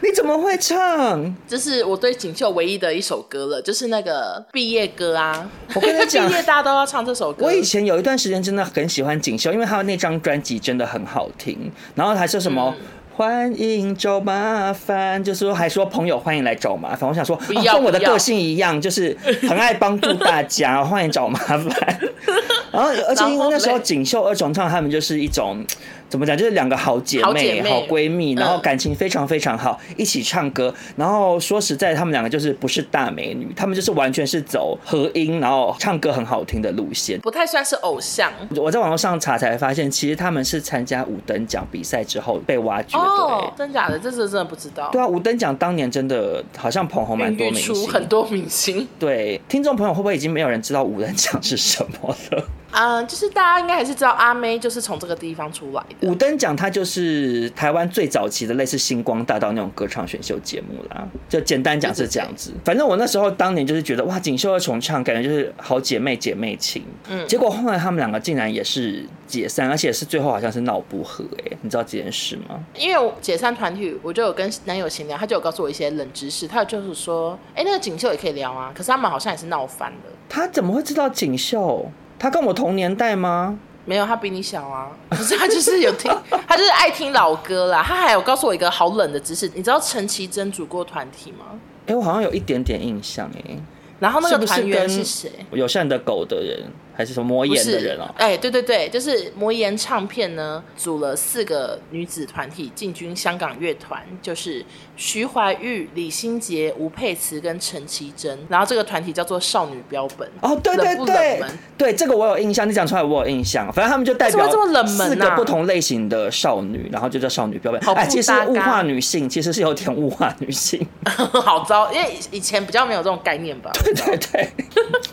B: 你怎么会唱？
A: 这是我对锦绣唯一的一首歌了，就是那个毕业歌啊。
B: 我跟你讲
A: 毕业大家都要唱这首歌。
B: 我以前有一段时间真的很喜欢锦绣，因为他的那张专辑真的很好听，然后还说什么。
A: 嗯
B: 欢迎找麻烦，就是说还说朋友欢迎来找麻烦。我想说，哦
A: 要
B: 跟我的
A: 不要
B: 个性一样，就是很爱帮助大家，欢迎找麻烦。 然后，而且因为那时
A: 然后
B: 候
A: 嘞
B: 锦绣二重唱，她们就是一种怎么讲，就是两个好姐
A: 好姐
B: 妹、
A: 妹
B: 好闺蜜，然后
A: 嗯
B: 感情非常非常好，一起唱歌。然后说实在，她们两个就是不是大美女，她们就是完全是走合音，然后唱歌很好听的路线。
A: 不太算是偶像，
B: 我在网络上查才发现，其实他们是参加五等奖比赛之后被挖掘的、
A: 哦
B: 欸。，
A: 真假的，这是真的不知道。
B: 对啊，五等奖当年真的好像捧红蛮多
A: 孕育
B: 明
A: 出
B: 星。
A: 很多明星，
B: 对，听众朋友会不会已经没有人知道五等奖是什么 了？
A: 嗯，就是大家应该还是知道阿妹就是从这个地方出来的。
B: 五等奖它就是台湾最早期的类似星光大道那种歌唱选秀节目啦，就简单讲是这样子。反正我那时候当年就是觉得哇，锦绣二重唱感觉就是好姐妹姐妹情，嗯，结果后来他们两个竟然也是解散，而且是最后好像是闹不和、欸，你知道这件事吗？
A: 因为我解散团体，我就有跟男友闲聊，他就有告诉我一些冷知识，他有就是说，哎、那个锦绣也可以聊啊，可是他们好像也是闹翻了。
B: 他怎么会知道锦绣？他跟我同年代吗？
A: 没有，他比你小啊， 可是他就是有听，他就是爱听老歌啦。他还有告诉我一个好冷的知识，你知道陈绮贞组过团体吗？
B: 哎、我好像有一点点印象哎、
A: 然后那
B: 是
A: 个
B: 不是
A: 团员
B: 跟
A: 是谁？
B: 友善的狗的人，还是什么魔
A: 不
B: 眼
A: 是
B: 的人哦？
A: 哎、对对对，就是魔岩唱片呢，组了四个女子团体进军香港乐团，就是徐怀钰、李心洁、吴佩慈跟陈绮贞。然后这个团体叫做少女标本。
B: 哦，对对
A: 冷不冷
B: 对
A: 门，
B: 对，这个我有印象，你讲出来我有印象。反正他们就代表
A: 为什么这么冷门啊
B: 四个不同类型的少女，然后就叫少女标本
A: 好。不
B: 哎，其实
A: 搭嘎
B: 物化女性其实是有点物化女性。
A: 好糟，因为以前比较没有这种概念吧。
B: 对 对对，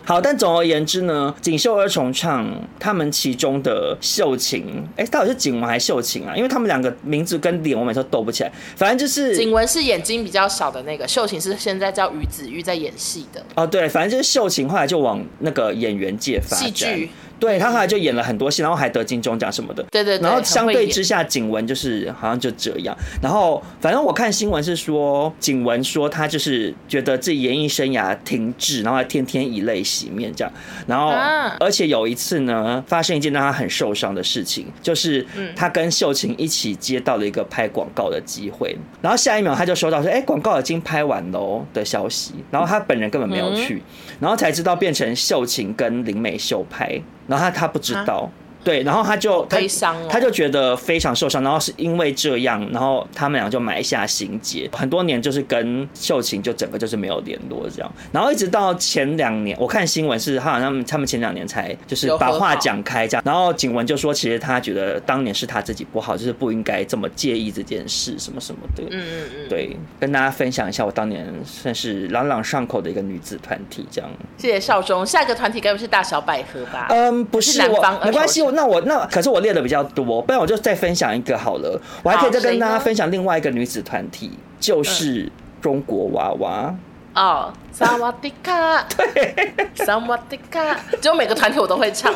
B: 好，但总而言之呢，锦绣二重唱他们其中的秀琴，哎、到底是景文还是秀琴啊？因为他们两个名字跟脸我每次都斗不起来，反正就是
A: 景文是眼睛比较少的那个，秀琴是现在叫于子玉在演戏的。
B: 哦，对，反正就是秀琴后来就往那个演员界发展，
A: 戏剧
B: 对她后来就演了很多戏，然后还得金钟奖什么的。
A: 对对对，
B: 然后相
A: 很会
B: 对
A: 演
B: 之下，景文就是好像就这样。然后反正我看新闻是说，景文说他就是觉得自己演艺生涯停滞，然后还天天以泪洗面这样。然后、
A: 啊
B: 而且有一次呢，发生一件让他很受伤的事情，就是他跟秀琴一起接到了一个拍广告的机会，然后下一秒他就收到说，哎、广告已经拍完喽的消息，然后他本人根本没
A: 嗯
B: 有去，然后才知道变成秀琴跟林美秀拍，然后他他不知道。对，然后他就他
A: 啊悲伤哦
B: 他就觉得非常受伤，然后是因为这样，然后他们俩就埋下心结，很多年就是跟秀琴就整个就是没有联络这样，然后一直到前两年，我看新闻是他好像他们前两年才就是
A: 有和
B: 把
A: 好
B: 话讲开这样，然后景文就说其实他觉得当年是他自己不好，就是不应该这么介意这件事什么什么的，
A: 嗯嗯嗯，
B: 对，跟大家分享一下我当年算是朗朗上口的一个女子团体这样。
A: 谢谢少中。下一个团体该不是大小百合吧？
B: 嗯，不
A: 是
B: 是
A: 南
B: 我
A: 方，二
B: 没关
A: 手
B: 系，我那我那可是我列的比较多，不然我就再分享一个好了。我还可以再
A: 好谁
B: 跟大家
A: 呢嗯
B: 分享另外一个女子团体，就是中国娃娃。
A: 哦，萨瓦迪卡，对，萨瓦迪卡，只有每个团体我都会唱。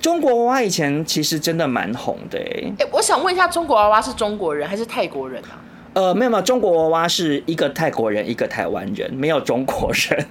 B: 中国娃娃以前其实真的蛮红的、欸，
A: 哎、我想问一下，中国娃娃是中国人还是泰国人啊？
B: 呃，没有没有，中国娃娃是一个泰国人，一个台湾人，没有中国人。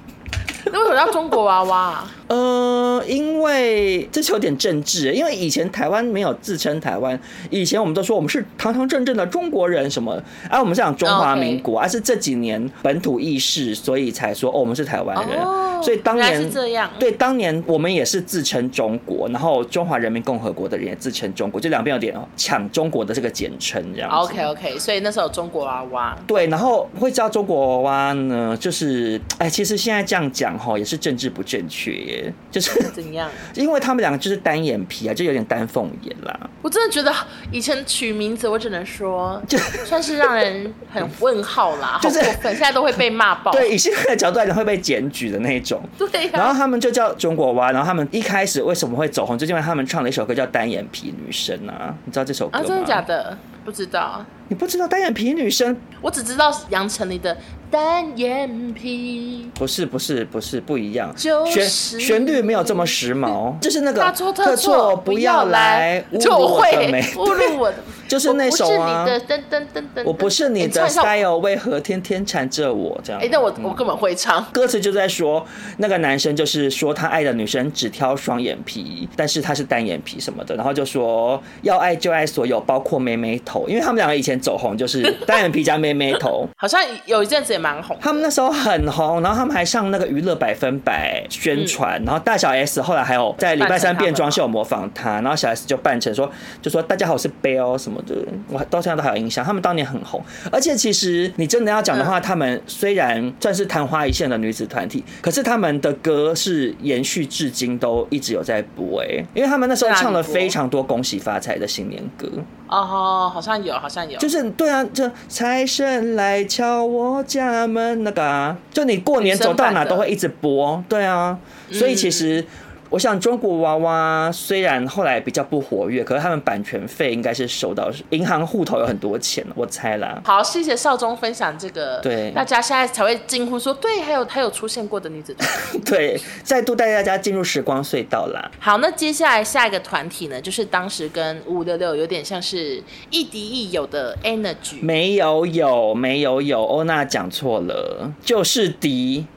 A: 那为什么叫中国娃娃、 啊？
B: 呃，因为这是有点政治，因为以前台湾没有自称台湾，以前我们都说我们是堂堂正正的中国人什么，啊，我们是讲中华民国，而、啊是这几年本土意识，所以才说哦我们是台湾人，
A: 哦
B: 所以当
A: 原来
B: 年
A: 是这样
B: 对当年我们也是自称中国，然后中华人民共和国的人也自称中国，就两边有点哦抢中国的这个简称这样子。
A: OK OK，所以那时候有中国娃娃，
B: 对，然后会知道中国娃娃呢，就是哎，其实现在这样讲哈，也是政治不正确耶，就是
A: 怎样？
B: 因为他们两个就是单眼皮啊，就有点丹凤眼啦。
A: 我真的觉得以前取名字，我只能说算是让人很问号 啦，
B: 就是
A: 好过分，现在都会被骂爆。
B: 对，以现在的角度来讲会被检举的那种。
A: 对呀、啊
B: 然后他们就叫中国娃，然后他们一开始为什么会走红，就是因为他们唱了一首歌叫《单眼皮女生》啊，你知道这首歌
A: 啊，
B: 吗？
A: 真的假的？不知道，
B: 你不知道单眼皮女生？
A: 我只知道杨丞琳的单眼皮。
B: 不是不是不是不一样，
A: 就是
B: 旋旋律没有这么时髦，就是那个
A: 大错
B: 特
A: 特
B: 错
A: 不
B: 不要来侮
A: 就
B: 辱我
A: 会
B: 的美，
A: 侮辱我的，
B: 就是那首啊
A: 我不是你的噔噔噔噔噔，哎
B: 我不是你
A: 唱
B: 的
A: 一下我
B: style，为嗯何天天缠着我这样？
A: 哎、那我我根本会唱，
B: 歌词就在说，那个男生就是说他爱的女生只挑双眼皮，但是他是单眼皮什么的，然后就说要爱就爱所有，包括妹妹头，因为他们两个以前走红就是单眼皮加妹妹头，
A: 好像有一阵子也蛮红。
B: 他们那时候很红，然后他们还上那个娱乐百分百宣
A: 嗯
B: 传，然后大小 S 后来还有在礼拜三变装秀模仿他，然后小 S 就扮成说就说大家好，我是 Bell 什么的，我到现在都还有印象，他们当年很红，而且其实你真的要讲的
A: 嗯
B: 话，他们虽然算是昙花一现的女子团体，可是他们的歌是延续至今都一直有在播、欸，因为他们那时候
A: 对啊
B: 唱了
A: 你播
B: 非常多恭喜发财的新年歌。
A: 哦，好像有，好像有。
B: 就是对啊，就财神来敲我家门那个啊，就你过年走到哪都会一直播，对啊，所以其实。我想中国娃娃虽然后来比较不活跃，可是他们版权费应该是收到银行户头有很多钱，我猜啦。
A: 好，谢谢少中分享这个，
B: 对
A: 大家现在才会惊呼说，对，还有还有出现过的女子团体。
B: 对，再度带大家进入时光隧道啦。
A: 好，那接下来下一个团体呢，就是当时跟五五六六有点像是亦敌亦友的 Energy，
B: 没哦有有没有有，欧娜讲错了，就是迪，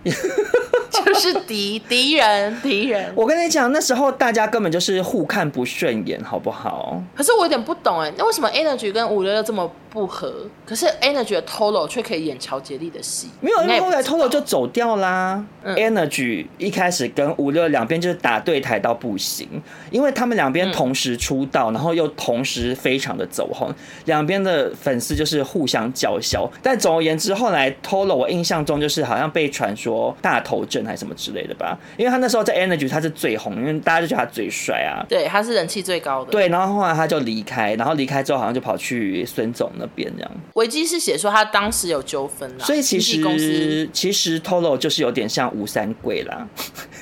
A: 是敌敌人敌人。
B: 我跟你讲，那时候大家根本就是互看不顺眼，好不好？
A: 可是我有点不懂哎，那为什么 Energy 跟五六六这么不合？可是 Energy 的 Tolo 却可以演乔杰利的戏，
B: 没有，因
A: 应该
B: 为
A: 也不
B: 后来
A: 知
B: Tolo
A: 道
B: 就走掉啦。
A: 嗯
B: Energy 一开始跟五六两边就是打对台到不行，因为他们两边
A: 嗯
B: 同时出道，然后又同时非常的走红，两边的粉丝就是互相叫嚣。但总而言之，后来 Tolo 我印象中就是好像被传说大头症还是什么之类的吧，因为他那时候在 Energy 他是最红，因为大家就觉得他最帅啊。
A: 对，他是人气最高的。
B: 对，然后后来他就离开，然后离开之后好像就跑去孙总那边这样。
A: 维基是写说他当时有纠纷啦，
B: 所以其
A: 经纪公司
B: 实其实 Tolo 就是有点像吴三桂啦，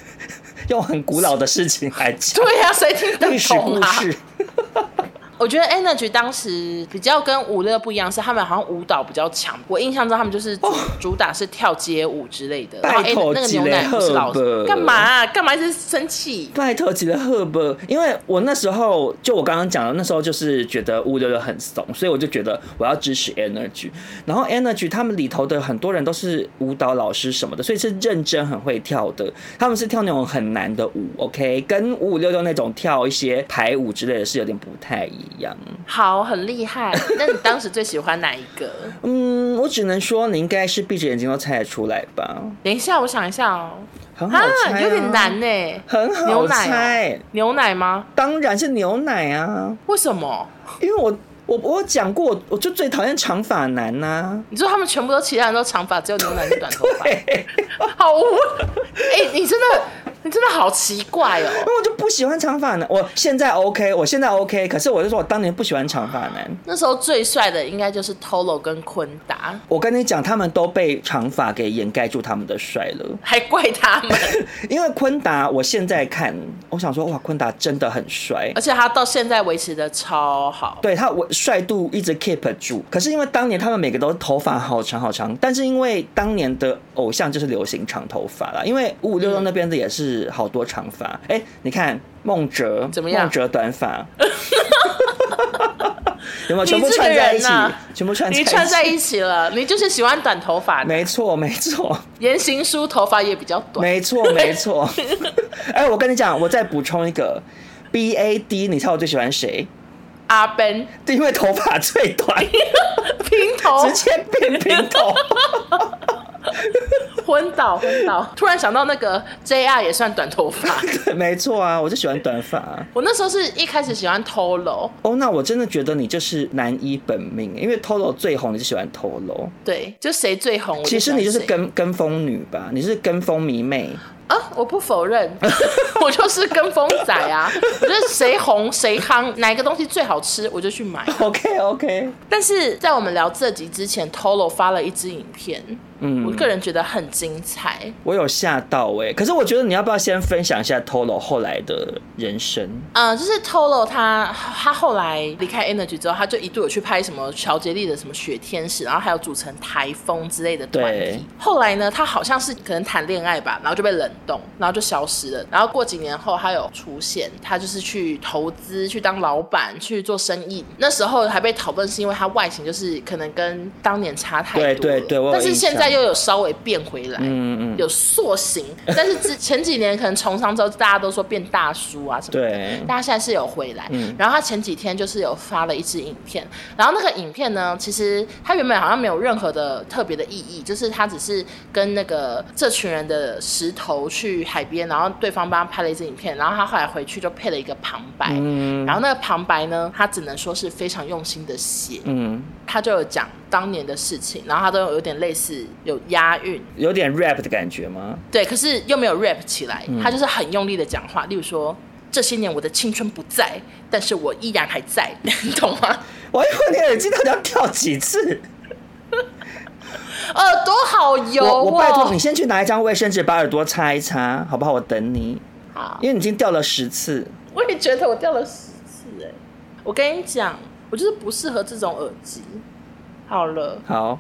B: 用很古老的事情来 讲
A: 对呀、谁听
B: 历
A: 得
B: 史
A: 懂
B: 故
A: 啊？
B: 事。
A: 我觉得 Energy 当时比较跟五六不一样，是他们好像舞蹈比较强。我印象中他们就是主,、主打是跳街舞之类的。然后
B: 哦拜托
A: N- 那个
B: 几
A: 牛
B: 嘞
A: 奶不是老
B: 赫伯
A: 师干嘛啊、干嘛一直生气？
B: 拜托，吉勒赫伯，因为我那时候就我刚刚讲的，那时候就是觉得乌六六很怂，所以我就觉得我要支持 Energy。然后 Energy 他们里头的很多人都是舞蹈老师什么的，所以是认真很会跳的。他们是跳那种很难的舞，OK，跟五五六六那种跳一些排舞之类的是有点不太一样。
A: 好，很厉害。那你当时最喜欢哪一个？
B: 嗯，我只能说你应该是闭着眼睛都猜得出来吧，
A: 等一下，我想一下哦。
B: 很好
A: 啊
B: 猜、，
A: 有点难，呢、
B: 很好
A: 牛奶、
B: 猜，
A: 哦，牛奶吗？
B: 当然是牛奶啊，
A: 为什么？
B: 因为我我我有讲过，我我就最讨厌长发男啊呐、
A: 你说他们全部都其他人都长发，只有牛奶是短头 发，好无。哎、你真的，你真的好奇怪哦。
B: 因为我就不喜欢长发男，我现在 OK，我现在 OK，可是我就说我当年不喜欢长发男。
A: 那时候最帅的应该就是 Tolo 跟昆达，
B: 我跟你讲，他们都被长发给掩盖住他们的帅了。
A: 还怪他 们，
B: 因为昆达，我现在看，我想说，哇，昆达真的很帅
A: 而，且他到现在维持的超好。
B: 对他我帅度一直 keep 住，可是因为当年他们每个都头发好长好长，但是因为当年的偶像就是流行长头发啦，因为五五六六那边的也是好多长发。哎、你看孟哲
A: 嗯怎么样
B: 孟哲短 发，有没有
A: 你
B: 全部
A: 这个
B: 串在一起？
A: 人啊
B: 全部串在一
A: 你
B: 起，
A: 串在一起了，你就是喜欢短头发的。
B: 没错，没错。
A: 言行书头发也比较短，
B: 没错，没 错。哎、我跟你讲，我再补充一个，B A D，你猜我最喜欢谁？
A: 阿 Ben
B: 因为头发最短，
A: 平 头
B: 直接变平头。
A: 昏倒昏倒。突然想到那个 JR 也算短头发，
B: 对 没错啊，我就喜欢短发、啊。
A: 我那时候是一开始喜欢 Tolo，
B: 哦，那我真的觉得你就是男一本命，因为 Tolo 最红，你就喜欢 Tolo。
A: 对，就谁最红，我就
B: 其实你就是
A: 喜欢谁
B: 跟跟风女吧，你是跟风迷妹。
A: 啊，我不否认， 我就是跟风仔 啊，我觉得谁红谁夯，哪一个东西最好吃，我就去 买。
B: OK OK，
A: 但是在我们聊这集之前，Tolo 发了一支影片，
B: 嗯
A: 我个人觉得很精彩。
B: 我有吓到哎、可是我觉得你要不要先分享一下 Tolo 后来的人生？
A: 嗯，就是 Tolo 他他后来离开 Energy 之后，他就一度有去拍什么乔杰利的什么雪天使，然后还有组成台风之类的团
B: 对
A: 体。后来呢，他好像是可能谈恋爱吧，然后就被冷冻，然后就消失了。然后过几年后，他有出现，他就是去投资、去当老板、去做生意。那时候还被讨论是因为他外形就是可能跟当年差太多了，
B: 对对对我有
A: 但是
B: 印象
A: 现在又有稍微变回来，
B: 嗯嗯，
A: 有塑形，但是之前几年可能从商之后，大家都说变大叔啊什么的，
B: 对
A: 大家现在是有回来。
B: 嗯
A: 然后他前几天就是有发了一支影片，然后那个影片呢，其实他原本好像没有任何的特别的意义，就是他只是跟那个这群人的石头去海边，然后对方帮他拍了一支影片，然后他后来回去就配了一个旁白，
B: 嗯
A: 然后那个旁白呢，他只能说是非常用心的写，
B: 嗯，
A: 他就有讲当年的事情，然后他都有点类似有押韵。
B: 有点 rap 的感觉吗？
A: 对，可是又没有 rap 起来，
B: 嗯
A: 他就是很用力的讲话。例如说，这些年我的青春不在，但是我依然还在， 你懂吗？
B: 我以为你耳机到底要跳几次？
A: 耳朵哦好油、哦
B: 我我拜托你先去拿一张卫生纸把耳朵擦一擦，好不好？我等你，
A: 好，
B: 因为你已经掉了十次。
A: 我也觉得我掉了十次哎、我跟你讲，我就是不适合这种耳机。好了，
B: 好，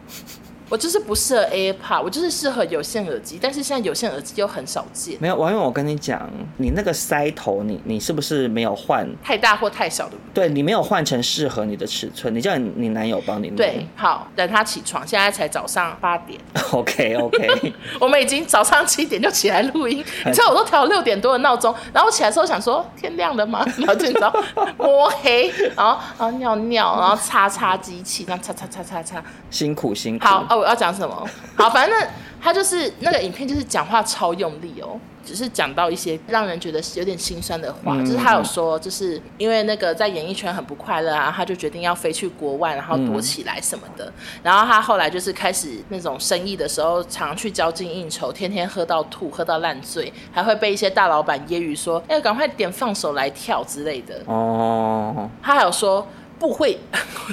A: 我就是不适合 AirPod，我就是适合有线耳机，但是现在有线耳机又很少见，
B: 没有，王勇，我跟你讲，你那个塞头，你你是不是没有换？
A: 太大或太小的。
B: 对你没有换成适合你的尺寸，你叫你你男友帮你弄。
A: 对，好，等他起床，现在才早上八点，
B: ，OK OK，
A: 我们已经早上七点就起来录音，你知道我都调六点多的闹钟，然后我起来之后想说天亮了吗？ 然后就你知道摸黑，然后然后尿尿，然后擦擦机器，这样擦擦擦擦擦，
B: 辛苦辛苦。
A: 好，哦，我要讲什么？好，反正他就是那个影片，就是讲话超用力哦，只是讲到一些让人觉得有点心酸的话。
B: 嗯
A: 就是他有说，就是因为那个在演艺圈很不快乐啊，他就决定要飞去国外，然后躲起来什么的。然后他后来就是开始那种生意的时候，常去交际应酬，天天喝到吐，喝到烂醉，还会被一些大老板揶揄说：“哎、赶快点放手来跳之类的。”
B: 哦，
A: 他还有说不会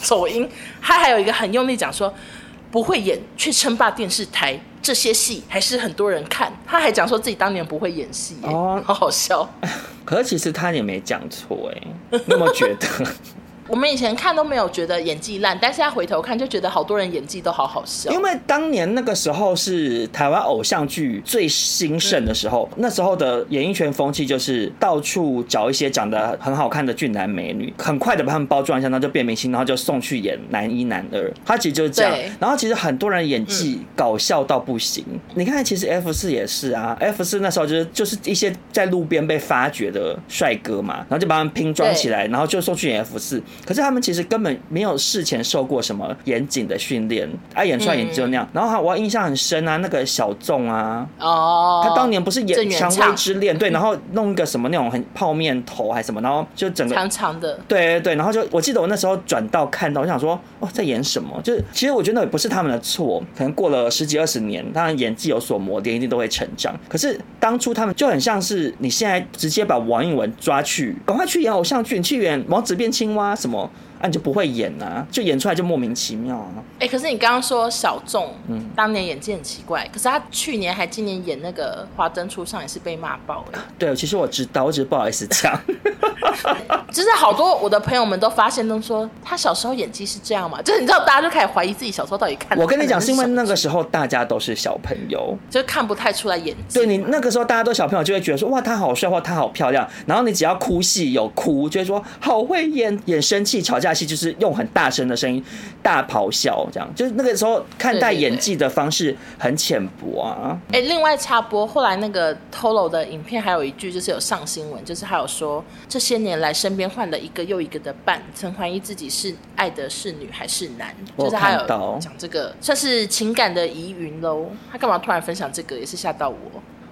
A: 走音，他还有一个很用力讲说不会演，却称霸电视台，这些戏还是很多人看。他还讲说自己当年不会演戏、耶
B: 哦
A: 好好笑。
B: 可是其实他也没讲错 哎，那么觉得？
A: 我们以前看都没有觉得演技烂，但现在回头看就觉得好多人演技都好好笑。
B: 因为当年那个时候是台湾偶像剧最兴盛的时候，那时候的演艺圈风气就是到处找一些长得很好看的俊男美女，很快的把他们包装一下，然后就变明星，然后就送去演男一、男二。他其实就是这样
A: 对。
B: 然后其实很多人演技搞笑到不行。你看，其实 F 四也是啊，F 四那时候就是就是一些在路边被发掘的帅哥嘛，然后就把他们拼装起来，然后就送去演 F 四。可是他们其实根本没有事前受过什么严谨的训练，啊，演出来演就那
A: 嗯
B: 样。然后还我印象很深啊，那个小众啊，
A: 哦，
B: 他当年不是演
A: 郑
B: 《
A: 元
B: 蔷
A: 畅
B: 薇之恋》对，然后弄一个什么那种很泡面头还是什么，然后就整个
A: 长长的，
B: 对对对，然后就我记得我那时候转到看到，我想说哦，在演什么？就是其实我觉得那也不是他们的错，可能过了十几二十年，当然演技有所磨练，一定都会成长。可是当初他们就很像是你现在直接把王一文抓去，赶快去演偶像剧，你去演《王子变青蛙》什么。啊，你就不会演啊，就演出来就莫名其妙啊。
A: 哎、可是你刚刚说小众，
B: 嗯
A: 当年演技很奇怪，可是他去年还今年演那个《华灯初上》也是被骂爆哎、
B: 对，其实我知道，我只是不好意思 讲。
A: 就是好多我的朋友们都发现，都说他小时候演技是这样嘛， 就是你知道，大家就开始怀疑自己小时候到底看。
B: 我跟你讲，是因为
A: 看的
B: 那个时候大家都是小朋友，
A: 什么就是看不太出来演技。
B: 对你那个时候，大家都小朋友就会觉得说，哇，她好帅或她好漂亮。然后你只要哭戏有哭，就会说好会演演生气吵架戏，就是用很大声的声音大咆哮，这样就是那个时候看待
A: 对对对
B: 演技的方式很浅薄啊。
A: 哎、另外插播，后来那个 Tolo 的影片还有一句就是有上新闻，就是还有说这些年来身边换了一个又一个的伴，曾怀疑自己是爱的是女还是男，就
B: 我有
A: 是还有
B: 看到
A: 讲这个算是情感的疑云喽。他干嘛突然分享这个，也是吓到我。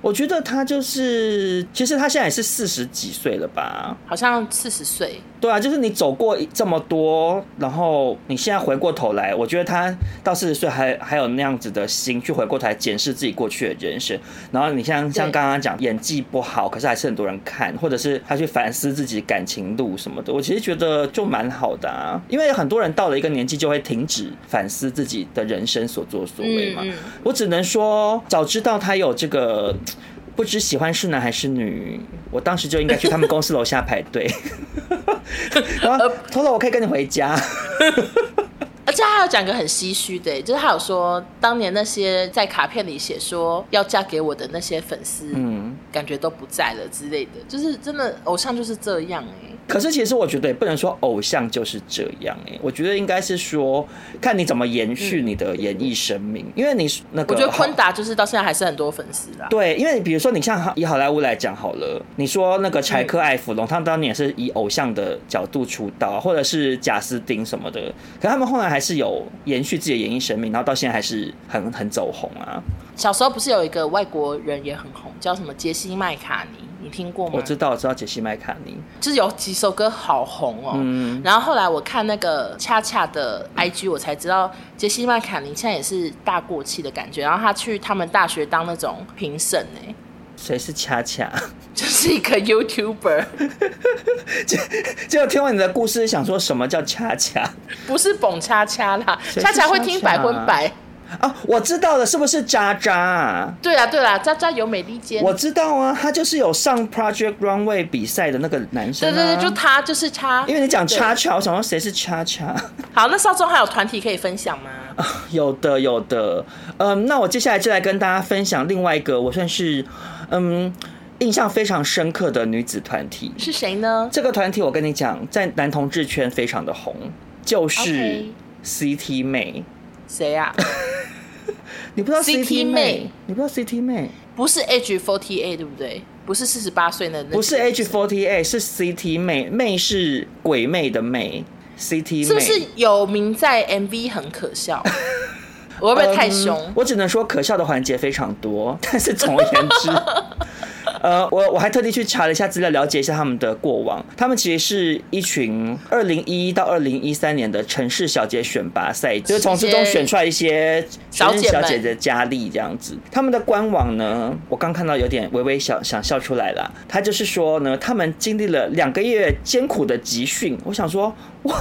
B: 我觉得她就是，其实她现在也是四十几岁了吧？
A: 好像四十岁，
B: 对啊，就是你走过这么多，然后你现在回过头来，我觉得他到四十岁还还有那样子的心去回过头来检视自己过去的人生。然后你像像刚刚讲演技不好，可是还是很多人看，或者是他去反思自己感情路什么的，我其实觉得就蛮好的啊。因为很多人到了一个年纪就会停止反思自己的人生所作所为嘛。
A: 嗯嗯
B: 我只能说，早知道他有这个。不知喜欢是男还是女，我当时就应该去他们公司楼下排队。 然
A: 呃
B: 后偷偷我可以跟你回家。
A: 而且他还有讲一个很唏嘘的，就是他有说，当年那些在卡片里写说要嫁给我的那些粉丝，
B: 嗯，
A: 感觉都不在了之类的，就是真的偶像就是这样哎。
B: 可是其实我觉得也不能说偶像就是这样哎、我觉得应该是说看你怎么延续你的演艺生命，因为你是那个
A: 我觉得
B: 好
A: 昆达就是到现在还是很多粉丝啦。
B: 啊对，因为比如说你像好以好莱坞来讲好了，你说那个柴
A: 嗯
B: 克艾弗隆，他当年是以偶像的角度出道，或者是贾斯汀什么的，可他们后来还是有延续自己的演艺生命，然后到现在还是很很走红啊。
A: 小时候不是有一个外国人也很红，叫什么杰西麦卡尼，你听过吗？
B: 我知道，我知道杰西麦卡尼，
A: 就是有几首歌好红哦。
B: 嗯
A: 然后后来我看那个恰恰的 IG，我才知道杰西麦卡尼现在也是大过气的感觉。然后他去他们大学当那种评审哎，
B: 谁是恰恰？
A: 就是一个 YouTuber，
B: 结果听完你的故事，想说什么叫恰恰？
A: 不是蹦恰恰啦，
B: 谁是
A: 恰恰会听百分百。
B: 啊，我知道了，是不是渣渣、啊？
A: 对啦对啦，渣渣有美利坚。
B: 我知道啊，他就是有上 Project Runway 比赛的那个男生、
A: 对
B: 啊。
A: 对对，就他就是他
B: 因。为你讲叉叉，我想说谁是叉叉？
A: 好，那少中还有团体可以分享吗？
B: 啊有的有的，嗯，那我接下来就来跟大家分享另外一个我算是嗯印象非常深刻的女子团体。
A: 是谁呢？
B: 这个团体我跟你讲，在男同志圈非常的红，就是
A: OK
B: CT 妹。
A: 谁啊呀、
B: 你不知道
A: CT
B: CT 妹
A: 妹？
B: 你不知道 CT 妹？
A: 不是 H Forty A 对不对？不是四十八岁的那个，
B: 不是 H forty eight，是 CT 妹，妹是鬼妹的妹，CT 妹
A: 是不是有名在 MV 很可 笑？我会不会太凶？
B: 嗯我只能说可笑的环节非常多，但是总而言 之，呃，我我还特地去查了一下资料，了解一下他们的过往。他们其实是一群二零一一到二零一三年的城市小姐选拔赛，就是从之中选出来一些
A: 小姐们
B: 小姐的佳丽这样子。他们的官网呢，我刚看到有点微微想想笑出来啦。他就是说呢，他们经历了两个月艰苦的集训，我想说，哇，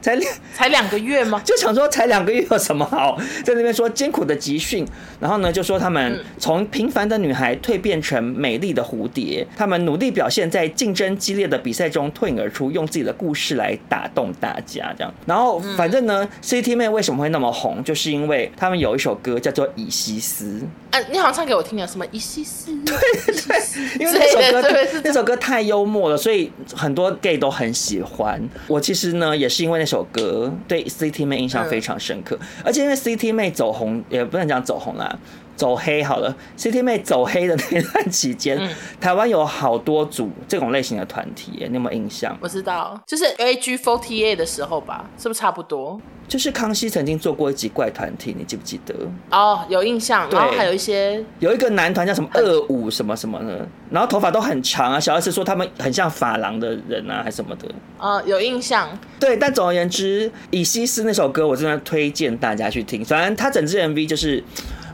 B: 才两。
A: 才两个月吗？
B: 就想说才两个月有什么好在那边说艰苦的集训，然后呢就说他们从平凡的女孩蜕变成美丽的蝴蝶，他们努力表现在竞争激烈的比赛中脱颖而出，用自己的故事来打动大家这样。然后反正呢、c t 妹为什么会那么红，就是因为他们有一首歌叫做《以西斯
A: 啊，你好像唱给我听了什么一西斯？对对》，
B: 因为那首歌
A: 对对
B: 那
A: 对，
B: 首歌太幽默了，所以很多 gay 都很喜欢。我其实呢也是因为那首歌对 CT 妹印象非常深刻，而且因为 CT 妹走红，也不能讲走红啦。走黑好了，CT 妹走黑的那段期间，
A: 嗯
B: 台湾有好多组这种类型的团体耶，你有没有印象？
A: 我知道，就是 A G Forty A 的时候吧，是不是差不多？
B: 就是康熙曾经做过一集怪团体，你记不记得？
A: 哦，有印象，然后
B: 对
A: 还有一些
B: 有一个男团叫什么
A: 很
B: 二五什么什么的，然后头发都很长啊。小 S 说他们很像发廊的人啊，还什么的。
A: 呃，有印象，
B: 对，但总而言之，《以西斯》那首歌我真的推荐大家去听。反正它整支 MV 就是，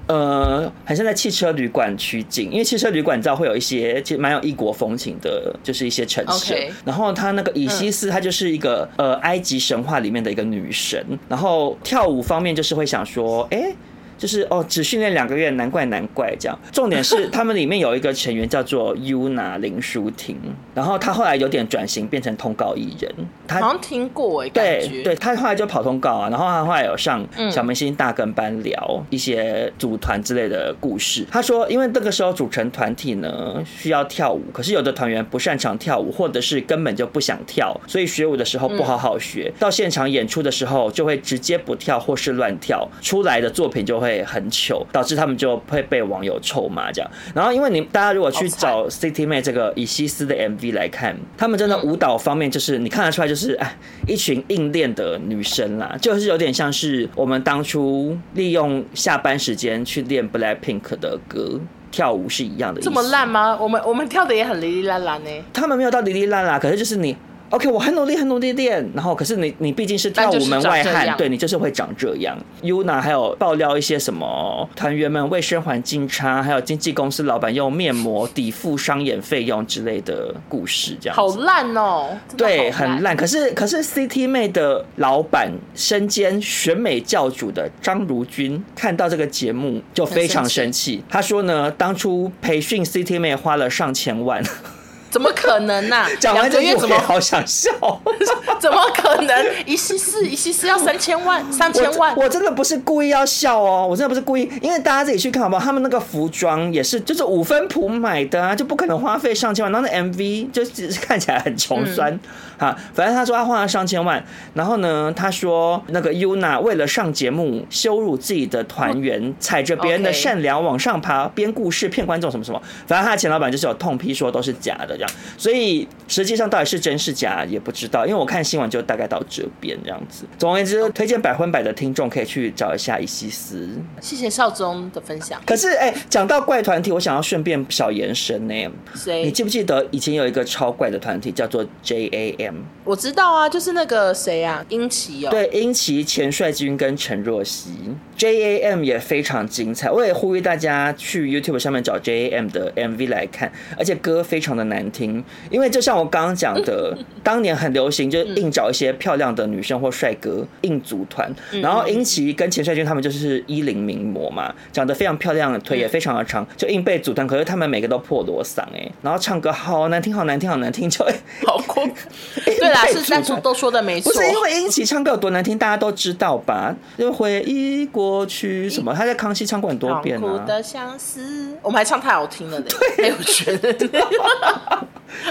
B: 呃，很像在汽车旅馆取景，因为汽车旅馆你知道会有一些其实蛮有异国风情的，就是一些城市。
A: OK
B: 然后它那个以西斯，她就是一个、呃埃及神话里面的一个女神。然后跳舞方面就是会想说，哎、就是哦，只训练两个月，难怪难怪这样。重点是他们里面有一个成员叫做 Yuna 林淑婷，然后她后来有点转型变成通告艺人，她
A: 好像听过哎、感
B: 对
A: 觉
B: 对，他后来就跑通告啊，然后他后来有上
A: 嗯
B: 小明星大跟班聊一些组团之类的故事。他说，因为那个时候组成团体呢需要跳舞，可是有的团员不擅长跳舞，或者是根本就不想跳，所以学舞的时候不好好学，到现场演出的时候就会直接不跳或是乱跳，出来的作品就会很糗，导致他们就会被网友臭骂这样。然后因为你大家如果去
A: 好惨
B: 找 City 妹这个以西斯的 MV 来看，他们真的舞蹈方面就是你看得出来，就是哎一群硬练的女生啦，就是有点像是我们当初利用下班时间去练 BLACKPINK 的歌跳舞是一样的意思。
A: 这么烂吗？我们我们跳的也很哩哩啦啦呢，
B: 他们没有到哩哩啦啦，可是就是你。OK，我很努力，很努力练，然后可是你，你毕竟是跳
A: 但
B: 舞
A: 就是
B: 门
A: 长
B: 外
A: 这
B: 汉，
A: 样
B: 对你就是会长这样。Yuna 还有爆料一些什么团员们卫生环境差，还有经纪公司老板用面膜抵付商演费用之类的故事，这样子
A: 好烂哦、真的
B: 对，
A: 好
B: 很。烂。可是可是 CT 妹的老板身兼选美教主的张如君，看到这个节目就非常生气。他说呢，当初培训 CT 妹花了上千万，
A: 怎么可能呐、啊？
B: 讲完
A: 两
B: 这
A: 个
B: 句
A: 月
B: 我
A: 怎
B: 也
A: 么
B: 好想笑。
A: 怎么可能？一西四一西四要三千万，三千万
B: 我，我真的不是故意要笑哦，我真的不是故意，因为大家自己去看好不好？他们那个服装也是，就是五分铺买的啊，就不可能花费上千万。然后那 MV 就只是看起来很穷酸啊、好反正他说他花了上千万，然后呢，他说那个 Yuna 为了上节目羞辱自己的团员，踩着别人的
A: OK
B: 善良往上爬，编故事骗观众什么什么。反正他的前老板就是有痛批说都是假的这样，所以实际上到底是真是假也不知道，因为我看新闻就大概到这边这样子。总而言之，推荐百分百的听众可以去找一下伊西斯。
A: 谢谢少宗的分享。
B: 可是哎，讲、到怪团体，我想要顺便小延伸呢、你
A: 谁？
B: 记不记得以前有一个超怪的团体叫做 JAM？
A: 我知道啊，就是那个谁啊，英奇哦。
B: 对，英奇、钱帅军跟陈若曦，JAM 也非常精彩。我也呼吁大家去 YouTube 上面找 JAM 的 MV 来看，而且歌非常的难听，因为就像我刚刚讲 的，当年很流行
A: 嗯
B: 就是硬找一些漂亮的女生或帅哥硬组团，
A: 嗯
B: 然后殷琦跟钱帅军他们就是衣领名模嘛，长得非常漂亮，
A: 嗯
B: 腿也非常的长，就硬被组团，可是他们每个都破锣嗓哎、然后唱歌好难听，好难听，好难听，就
A: 好 酷。对啦，
B: 硬被
A: 是但
B: 组
A: 是
B: 团
A: 都说的没
B: 不
A: 错。
B: 是因为殷琦唱歌有多难听，大家都知道吧？就回忆过去什么，他在康熙唱过很多
A: 痛
B: 遍
A: 苦
B: 啊。
A: 的相思，我们还唱太好听了呢，还有觉得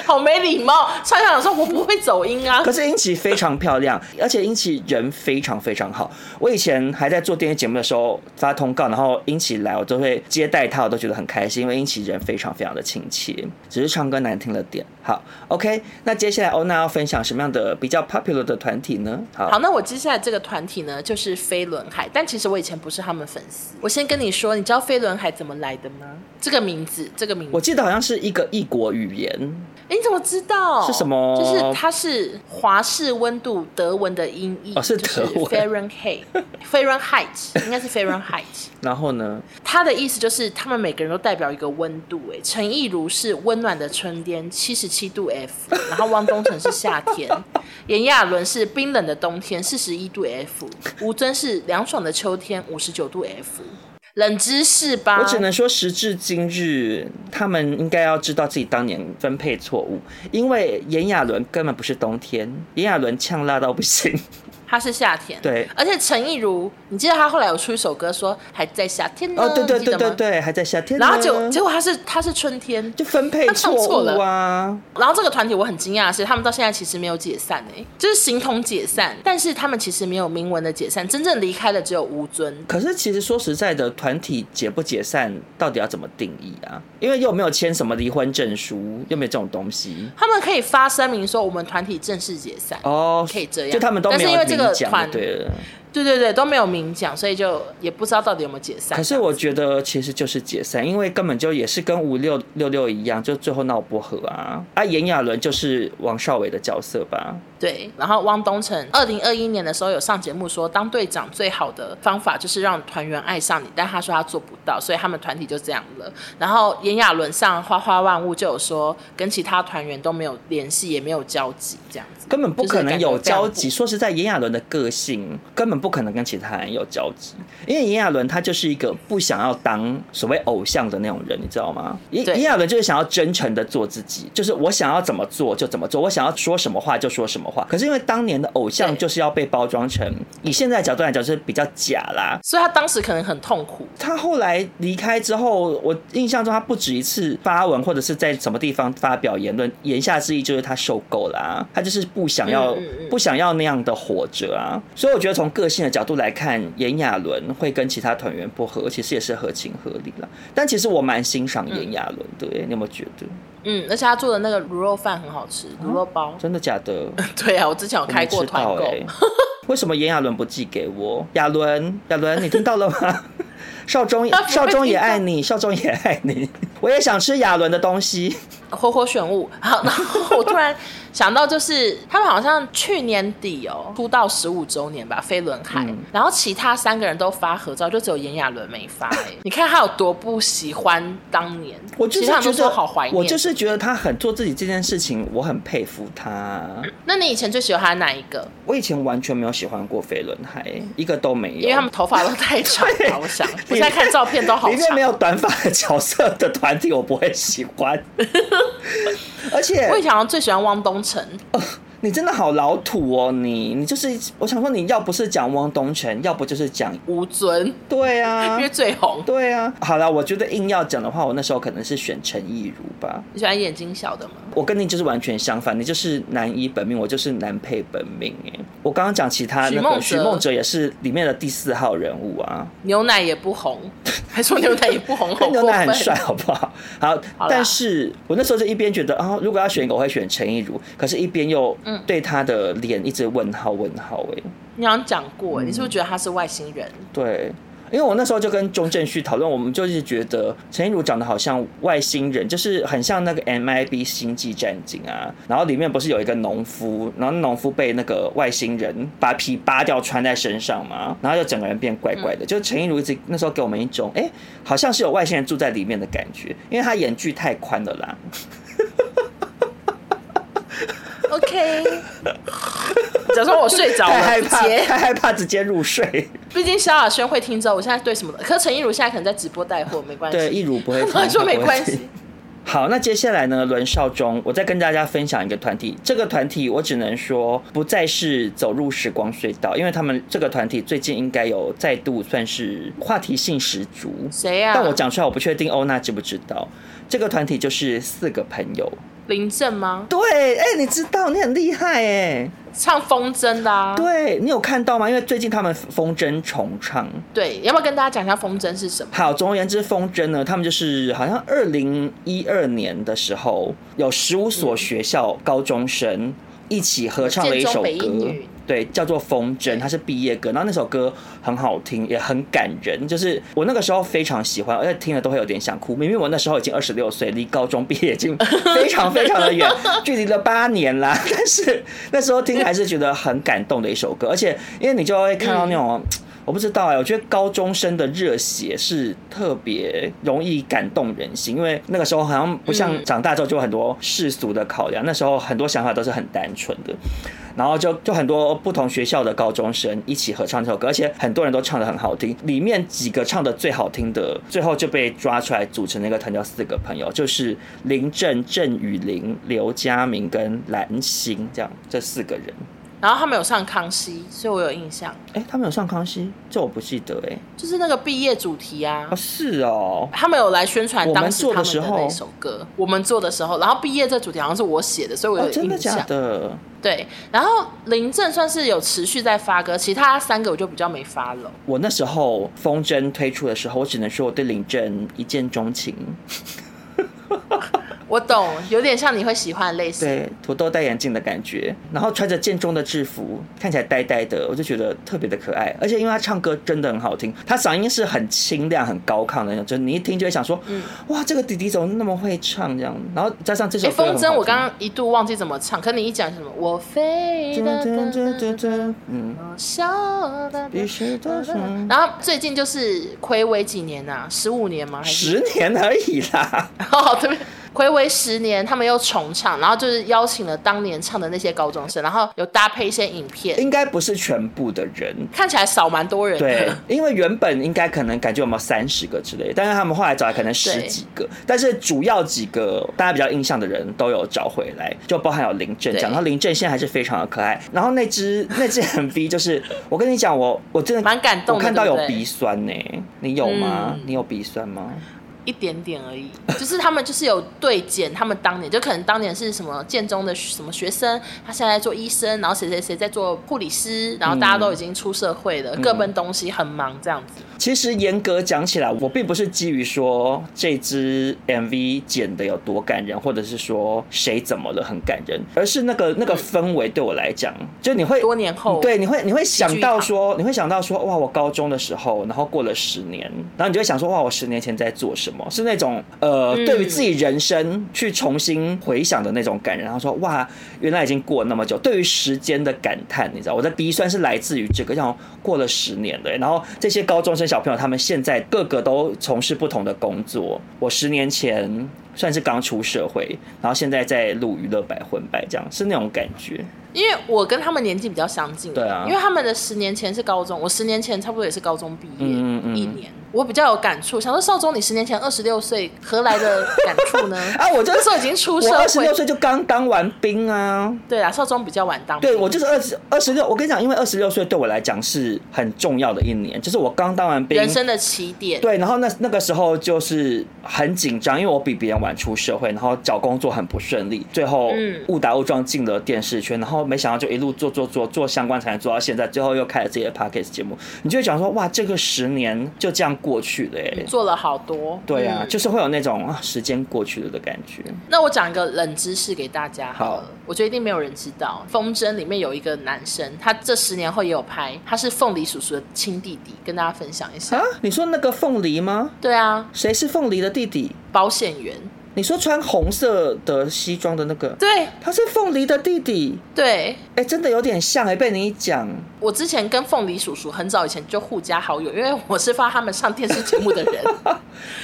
A: 好没礼貌。唱一唱说，我不会走音啊
B: 可。是殷琦非常漂亮，而且殷琦人非常非常好。我以前还在做电视节目的时候发通告，然后殷琦来，我都会接待她，我都觉得很开心，因为殷琦人非常非常的亲切，只是唱歌难听了点。好，OK，那接下来欧娜要分享什么样的比较 popular 的团体呢？好，
A: 好，那我接下来这个团体呢，就是飞轮海。但其实我以前不是他们粉丝。我先跟你说，你知道飞轮海怎么来的吗？这个名字，这个名字
B: 我，记得好像是一个异国语言，
A: 诶你怎么知道？
B: 是什么
A: 就是它是华氏温度德文的音译，
B: 哦是
A: 就是
B: 德文
A: Fahrenheit，Fahrenheit 应该是 Fahrenheit。
B: 然后呢，
A: 他的意思就是，他们每个人都代表一个温度、哎，陈意如是温暖的春天，七十七度 F，然后汪东城是夏天， 炎亚纶是冰冷的冬天，四十一度 F，吴尊是凉爽的秋天，五十九度 F。冷知识吧，
B: 我只能说，时至今日，他们应该要知道自己当年分配错误，因为炎亚纶根本不是冬天，炎亚纶呛辣到不 行。
A: 他是夏天。
B: 对
A: 而且陈意如，你记得他后来有出一首歌说还在夏天呢，
B: 哦，对对
A: 你记
B: 对
A: 得
B: 对
A: 吗。
B: 对，还在夏天呢，
A: 然后结果结果他是他是春天，
B: 就分配错误啊，
A: 然后这个团体我很惊讶的是，他们到现在其实没有解散哎、就是形同解散，但是他们其实没有明文的解散，真正离开的只有吴尊。
B: 可是其实说实在的，团体解不解散到底要怎么定义啊？因为又没有签什么离婚证书，又没有这种东西
A: 他们可以发声明说我们团体正式解散，
B: 哦，
A: 可以这样
B: 就他们都没
A: 但是
B: 有
A: 因为这个
B: 明讲，
A: 团
B: 对了。
A: 对对对，都没有明讲，所以就也不知道到底有没有解散。
B: 可是我觉得其实就是解散，因为根本就也是跟五六六六一样，就最后闹不和啊。啊，炎亚纶就是王少伟的角色吧？
A: 对，然后汪东城二零二一年的时候有上节目说，当队长最好的方法就是让团员爱上你，但他说他做不到，所以他们团体就这样了。然后炎亚纶上花花万物就有说，跟其他团员都没有联系，也没有交集，这样子。
B: 根本不可能有
A: 就是感觉
B: 交集。
A: 非常
B: 说实在，炎亚纶的个性根本不可能跟其他人有交集，因为炎亚纶他就是一个不想要当所谓偶像的那种人，你知道吗？炎
A: 对
B: 炎亚纶就是想要真诚的做自己，就是我想要怎么做就怎么做，我想要说什么话就说什么话。可是因为当年的偶像
A: 对
B: 就是要被包装成，以现在角度来讲就是比较假啦，
A: 所以他当时可能很痛苦，
B: 他后来离开之后，我印象中他不止一次发文，或者是在什么地方发表言论，言下之意就是他受够了、啊，他就是不想要、
A: 嗯嗯嗯
B: 不想要那样的活着啊。所以我觉得从个性的角度来看，炎亚纶会跟其他团员不合，其实也是合情合理了。但其实我蛮欣赏炎亚纶的、欸耶，你有没有觉得？
A: 嗯，而且他做的那个卤肉饭很好吃，卤肉包。
B: 真的假的？
A: 对啊，我之前有
B: 啊我
A: 开
B: 没
A: 过
B: 知
A: 团
B: 道
A: 购，
B: 哎、 为什么炎亚纶不寄给我？亚纶， 亚纶，你听到 了吗？少中
A: 他不，会
B: 少中也爱你，少中也爱你。我也想吃亚纶的东西。
A: 活活选物。好，然后我突然想到，就是他们好像去年底哦出道十五周年吧，飞轮海，
B: 嗯
A: 然后其他三个人都发合照，就只有炎亚纶没发、 哎，你看他有多不喜欢当年，
B: 我就是
A: 其他人
B: 觉
A: 都说
B: 得
A: 好怀念。
B: 我就是觉得他很做自己这件事情，我很佩服他。
A: 那你以前最喜欢他哪一个？
B: 我以前完全没有喜欢过飞轮海，一个都没有，
A: 因为他们头发都太长了，我 想，我现在看照片都好
B: 里面
A: 长
B: 没。有短发的角色的团体，我不会喜 欢。而且
A: 我以前好像最喜欢汪东城，
B: 你真的好老土哦，你你就是，我想说你要不是讲汪东城，要不就是讲
A: 吴尊，
B: 对啊
A: 因为，最红。
B: 对啊。好了，我觉得硬要讲的话，我那时候可能是选陈亦儒吧。
A: 你喜欢眼睛小的吗？
B: 我跟你就是完全相反，你就是男一本命，我就是男配本命。哎，我刚刚讲其他那个
A: 许
B: 许
A: 梦哲
B: 梦哲也是里面的第四号人物啊，
A: 牛奶也不红，还说牛奶也不红，好
B: 但牛
A: 过
B: 奶很
A: 分
B: 帅，好不好？ 好，
A: 啦
B: 但是我那时候就一边觉得啊、如果要选一个，我会选陈亦儒，可是一边又对他的脸一直问号问号哎、
A: 你好像讲过，欸你是不是觉得他是外星 人？
B: 对，因为我那时候就跟钟正旭讨论，我们就是觉得陈亦儒长得好像外星人，就是很像那个 MIB 星际战警啊。然后里面不是有一个农夫，然后农夫被那个外星人把皮扒掉穿在身上嘛，然后就整个人变怪怪
A: 嗯
B: 的。就陈亦儒一直那时候给我们一种，哎、好像是有外星人住在里面的感觉，因为他演技太宽了啦。
A: OK，假装我睡着
B: 太
A: 了，
B: 害
A: 不
B: 怕，
A: 接。
B: 太害怕直接 入睡。
A: 毕竟萧亚轩会听着，我现在对什么的，可是陈亦儒现在可能在直播带货，没关系。
B: 对，一如 不会听
A: 他说没关。
B: 不会
A: 系
B: 听，好，那接下来呢？轮少中，我再跟大家分享一个团体。这个团体我只能说不再是走入时光隧道，因为他们这个团体最近应该有再度算是话题性十足。
A: 谁啊呀、
B: 但我讲出来，我不确定欧娜知不知道。这个团体就是四个朋友。
A: 林正吗？
B: 对，哎、你知道，你很厉害哎。
A: 唱风筝的、啊。
B: 对你有看到吗？因为最近他们风筝重唱。
A: 对，要不要跟大家讲一下风筝是什么？
B: 好，总而言之，风筝呢，他们就是好像二零一二年的时候，有十五所学校高中生一起合唱了一
A: 嗯
B: 首
A: 建中北一
B: 歌
A: 女，
B: 对，叫做《风筝》，它是毕业歌。然后那首歌很好听，也很感人，就是我那个时候非常喜欢，而且听了都会有点想哭。明明我那时候已经二十六岁，离高中毕业已经非常非常 的远，距离了八年啦。但是那时候听还是觉得很感动的一首歌，而且因为你就会看到那种。我不知道哎、我觉得高中生的热血是特别容易感动人心，因为那个时候好像不像
A: 嗯
B: 长大之后就有很多世俗的考量，那时候很多想法都是很单纯的。然后就就很多不同学校的高中生一起合唱这首歌，而且很多人都唱得很好听。里面几个唱的最好听的，最后就被抓出来组成了一个团，叫四个朋友，就是林正、郑雨玲、刘佳明跟蓝心这样这四个人。
A: 然后他们有上康熙，所以我有印象，
B: 哎，他们有上康熙？这我不记得哎、
A: 就是那个毕业主题啊
B: 哦，。是哦，
A: 他们有来宣传
B: 我们
A: 当时
B: 做
A: 他
B: 的
A: 们
B: 时
A: 的
B: 候
A: 那首歌，我们做的时候，然后毕业这主题好像是我写的，所以我
B: 哦，
A: 有
B: 真的
A: 印象。
B: 假的？
A: 对，然后林正算是有持续在发歌，其他三个我就比较没发了。
B: 我那时候风筝推出的时候，我只能说我对林正一见钟情。
A: 我懂，有点像你会喜欢的类型。哎
B: 对，土豆戴眼镜的感觉，然后穿着建中的制服，看起来呆呆的，我就觉得特别的可爱。而且因为他唱歌真的很好听，他嗓音是很清亮、很高亢的那种，就是你一听就会想说，哇，这个弟弟怎么那么会唱这样？然后加上这首
A: 哎，
B: 歌很
A: 风
B: 好
A: 筝，我
B: 听
A: 刚刚一度忘记怎么唱，可你一讲什么，我飞的，
B: 嗯，
A: 我笑的。
B: 必须多想
A: 然后最近就是暌违几年啊，十五年吗？还是
B: 十年而已啦。
A: 哦，对，暌违十年，他们又重唱，然后就是邀请了当年唱的那些高中生，然后有搭配一些影片，
B: 应该不是全部的人。
A: 看起来少蛮多人
B: 对
A: 的。，
B: 因为原本应该可能感觉有没有三十个之类的，但是他们后来找来可能十几个，但是主要几个大家比较印象的人都有找回来，就包含有林正
A: 对
B: 这样，然后林正现在还是非常的可爱。然后那只那只 MV 就是，我跟你讲，我我真的
A: 蛮感动的
B: 我看到有
A: 对不对
B: 鼻酸呢、你有吗？
A: 嗯
B: 你有鼻酸吗？
A: 一点点而已，就是他们就是有对检，他们当年就可能当年是什么建中的什么学生，他现在在做医生，然后谁谁谁在做护理师，然后
B: 嗯
A: 大家都已经出社会了，各奔东西，很忙这样子。
B: 其实严格讲起来，我并不是基于说这支 MV 剪的有多感人，或者是说谁怎么了很感人，而是那个那个氛围对我来讲，就你会
A: 多年后，
B: 对，你会你会想
A: 剧
B: 到
A: 场
B: 说，你会想到说，哇，我高中的时候，然后过了十年，然后你就会想说，哇，我十年前在做什么？是那种呃，对于自己人生去重新回想的那种感人，然后说，哇，原来已经过了那么久，对于时间的感叹，你知道，我的鼻酸是来自于这个，像过了十年的，然后这些高中生小朋友，他们现在个个都从事不同的工作，我十年前。算是刚出社会，然后现在在录娱乐百分百，这样是那种感觉。
A: 因为我跟他们年纪比较相近，
B: 对啊
A: 因为他们的十年前是高中，我十年前差不多也是高中毕业，
B: 嗯嗯嗯
A: 一年，我比较有感触，想说少中你十年前二十六岁，何来的感触 呢？
B: 啊，我就是
A: 那时候已经出社
B: 我二十
A: 会
B: 六，岁就刚当完兵啊，
A: 对啊，少中比较晚当兵，
B: 对我就是二十二十六。我跟你讲，因为二十六岁对我来讲是很重要的一年，就是我刚当完兵，
A: 人生的起点，
B: 对，然后那那个时候就是很紧张，因为我比别人晚出社会，然后找工作很不顺利，最后
A: 嗯
B: 误打误撞进了电视圈，然后没想到就一路做做做做相关产业做到现在，最后又开了自己的 podcast 节目，你就会想说哇，这个十年就这样过去了耶。
A: 做了好多，
B: 对啊，
A: 嗯
B: 就是会有那种啊时间过去了的感觉。
A: 那我讲一个冷知识给大家好了，
B: 好
A: 我觉得一定没有人知道，《风筝》里面有一个男生，他这十年后也有拍，他是凤梨叔叔的亲弟弟，跟大家
B: 啊
A: 分享一下。
B: 啊，你说那个凤梨吗？
A: 对啊，
B: 谁是凤梨的弟弟？
A: 保险员，
B: 你说穿红色的西装的那个，
A: 对
B: 他是凤梨的弟弟，
A: 对，
B: 哎、真的有点像哎、被你一讲，
A: 我之前跟凤梨叔叔很早以前就互加好友，因为我是发他们上电视节目的 人。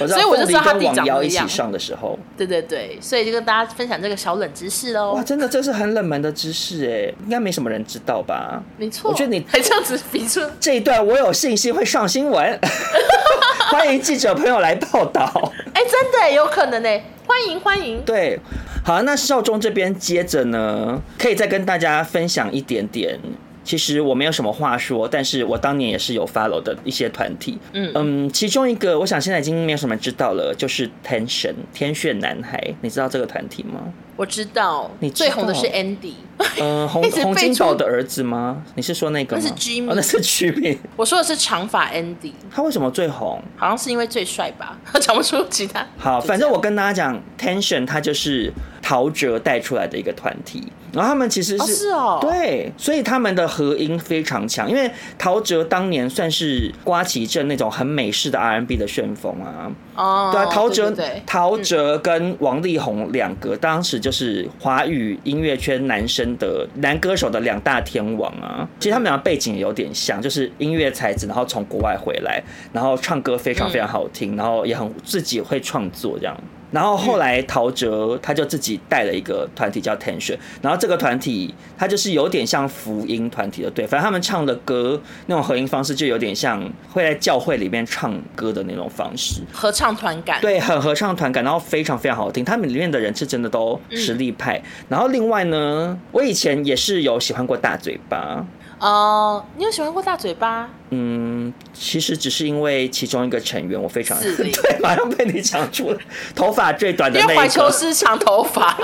B: 我知道
A: 所以我就
B: 凤梨
A: 知道他
B: 跟
A: 弟
B: 王
A: 长
B: 瑶
A: 那
B: 一起
A: 样
B: 上的时候，
A: 对对对，所以就跟大家分享这个小冷知识
B: 哇，
A: 喽。
B: 真的这是很冷门的知识哎、应该没什么人知道吧？
A: 没错，
B: 我觉得你
A: 还这样子比出，
B: 这一段我有信心会上新闻， 欢迎记者朋友来报道。
A: 哎、真的有可能呢、欢迎欢迎。
B: 对，好，那少中这边接着呢，可以再跟大家分享一点点。其实我没有什么话说，但是我当年也是有 follow 的一些团体，
A: 嗯
B: 嗯，其中一个我想现在已经没有什么人知道了，就是 Tension 天选男孩，你知道这个团体吗？
A: 我知道，
B: 你知
A: 最红的
B: 道
A: 是 Andy，
B: 呃，洪
A: 一直
B: 洪
A: 被
B: 金
A: 出
B: 宝的儿子吗？你是说那个吗？
A: 那是 Jimmy
B: 哦，那是 Jimmy，
A: 我说的是长发 Andy，
B: 他为什么最红？
A: 好像是因为最帅吧， 讲不出其他。
B: 好，
A: 就
B: 反
A: 这
B: 正
A: 样
B: 我跟大家讲，Tension 它就是陶喆带出来的一个团体，然后他们其实
A: 哦
B: 是、
A: 是哦
B: 对，所以他们的合音非常强，因为陶喆当年算是刮起一阵那种很美式的 R&B 的旋风啊，
A: 哦，
B: 对啊，陶喆、
A: 对对
B: 陶喆跟王力宏两个当时就是华语音乐圈男生的男歌手的两大天王啊。其实他们俩背景有点像，就是音乐才子，然后从国外回来，然后唱歌
A: 嗯
B: 非常非常好听，然后也很自己会创作这样。然后
A: 嗯
B: 后来陶喆他就自己带了一个团体叫 Tension，然后这个团体他就是有点像福音团体的，对，反正他们唱的歌那种合音方式就有点像会在教会里面唱歌的那种方式。
A: 合唱团感，
B: 对，很合唱团感，然后非常非常好听。他们里面的人是真的都
A: 嗯
B: 实力派。然后另外呢，我以前也是有喜欢过大嘴巴，
A: 哦、你有喜欢过大嘴巴？
B: 嗯，其实只是因为其中一个成员我非常
A: 四零
B: 对，马上被你讲出来，头发最短的
A: 因为
B: 那
A: 环
B: 一
A: 球
B: 个
A: 是长头发，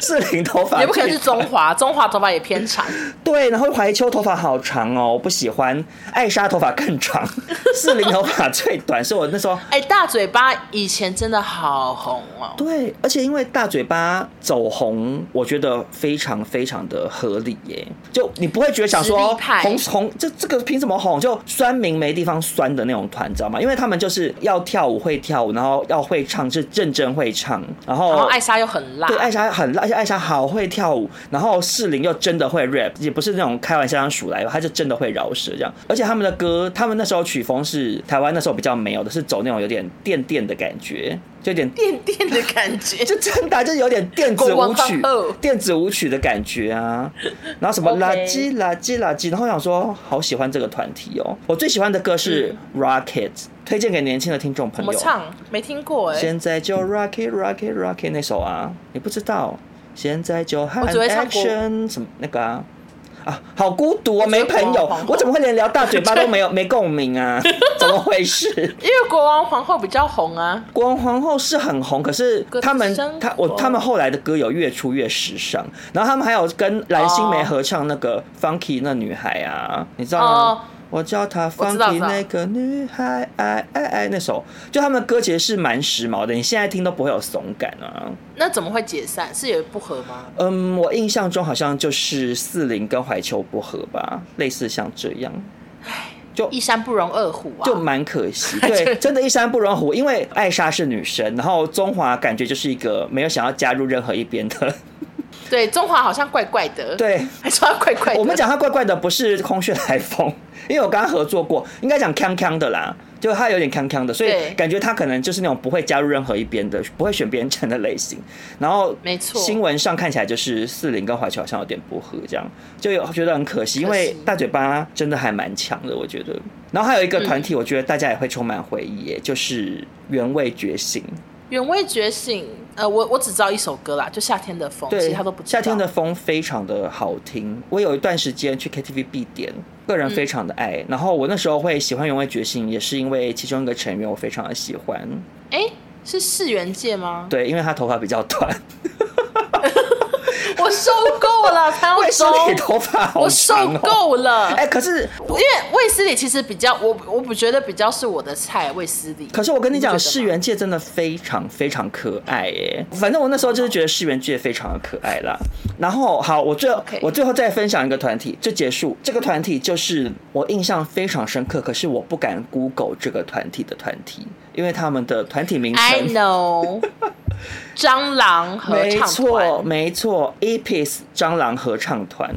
B: 是零头发，
A: 也不可能是中华，中华头发也偏长。
B: 对，然后怀秋头发好长哦，我不喜欢。艾莎头发更 长，四零头发最短，是我那时候
A: 哎、大嘴巴以前真的好红哦。
B: 对，而且因为大嘴巴走红，我觉得非常非常的合理耶。就你不会觉得想
A: 实
B: 说
A: 力派
B: 红红，这这个凭什么红？就酸民没地方酸的那种团，你知道吗？因为他们就是要跳舞会跳舞，然后要会唱，是认真会唱，然后
A: 然后艾莎又很辣，
B: 对，艾莎很辣，而且艾莎好会跳舞，然后适龄又真的会 rap，也不是那种开玩笑像数来，她就真的会饶舌这样。而且他们的歌，他们那时候曲风是台湾那时候比较没有的，是走那种有点电电的感觉，就有点
A: 电电的感觉。
B: 就真的啊、就有点电子舞曲
A: 国王皇后、
B: 电子舞曲的感觉啊。然后什么
A: OK
B: 垃圾、垃圾、垃圾，然后我想说，好喜欢这个团体哦。我最喜欢的歌是 Rocket，、推荐给年轻的听众
A: 怎
B: 朋
A: 么
B: 友。
A: 嗯唱？没听过哎、
B: 现在就 Rocket Rocket Rocket 那首啊，你不知道？现在就喊
A: 我只会唱国
B: Action 什么那个啊。啊，好孤独
A: 我
B: 哦，
A: 只
B: 没
A: 会
B: 朋
A: 国王
B: 友
A: 皇，后
B: 我怎么会连聊大嘴巴 都没有没共鸣啊？ 怎么回事？
A: 因为国王皇后比较红啊。
B: 国王皇后是很红，可是他们
A: 歌之声
B: 他我他们后来的歌有越出越时尚，然后他们还有跟蓝心湄合唱那个 Funky 那女孩啊，你知道吗
A: 哦
B: 我叫她
A: 我知道
B: Funky
A: 知道
B: 那个女孩，哎哎哎，那首就他们的歌其实是蛮时髦的，你现在听都不会有怂感啊。
A: 那怎么会解散？是有不合吗？
B: 嗯，我印象中好像就是四零跟怀秋不合吧，类似像这样，就
A: 一山不容二虎啊。
B: 就蛮可惜，对，真的，一山不容虎。因为艾莎是女生，然后中华感觉就是一个没有想要加入任何一边的。
A: 对，中华好像怪怪的。，
B: 对，
A: 还说他怪怪的。
B: 我们讲他怪怪的，不是空穴来风， 因为我跟他合作过，应该讲锵锵的啦，就他有点锵锵的，所以
A: 对
B: 感觉他可能就是那种不会加入任何一边的，不会选边站的类型。然后，
A: 没错
B: 新闻上看起来就是四零跟怀球好像有点不合，这样就有觉得很可惜，因为大嘴巴真的还蛮强的，我觉得。然后还有一个团
A: 嗯
B: 体，我觉得大家也会充满回忆耶，就是原味觉醒。
A: 原味觉醒，呃，我我只知道一首歌啦，就夏天的风，
B: 对，
A: 其他都不知道。
B: 夏天的风非常的好听，我有一段时间去 KTV 必点，个
A: 嗯
B: 人非常的爱。然后我那时候会喜欢原味觉醒，也是因为其中一个成员我非常的喜欢，
A: 哎、是世元界吗？
B: 对，因为他头发比较短，
A: 哦 我收够了，潘
B: 卫
A: 耀
B: 斯
A: 宗，
B: 理头发好
A: 我收
B: 长哦。
A: 够了。
B: 哎、可是
A: 因为卫斯理其实比较，我我不觉得比较是我的菜。卫斯理，
B: 可是我跟你
A: 不觉得
B: 讲，
A: 吗
B: 世元界真的非常非常可爱耶。反正我那时候就是觉得世元界非常的可爱啦。然后好，我最后
A: OK
B: 我最后再分享一个团体就结束。这个团体就是我印象非常深刻，可是我不敢 Google 这个团体的团体，因为他们的团体名
A: I
B: 称
A: know，蟑螂合
B: 没
A: 唱
B: 错，
A: 团，
B: 没错，Epis 蟑螂合唱团，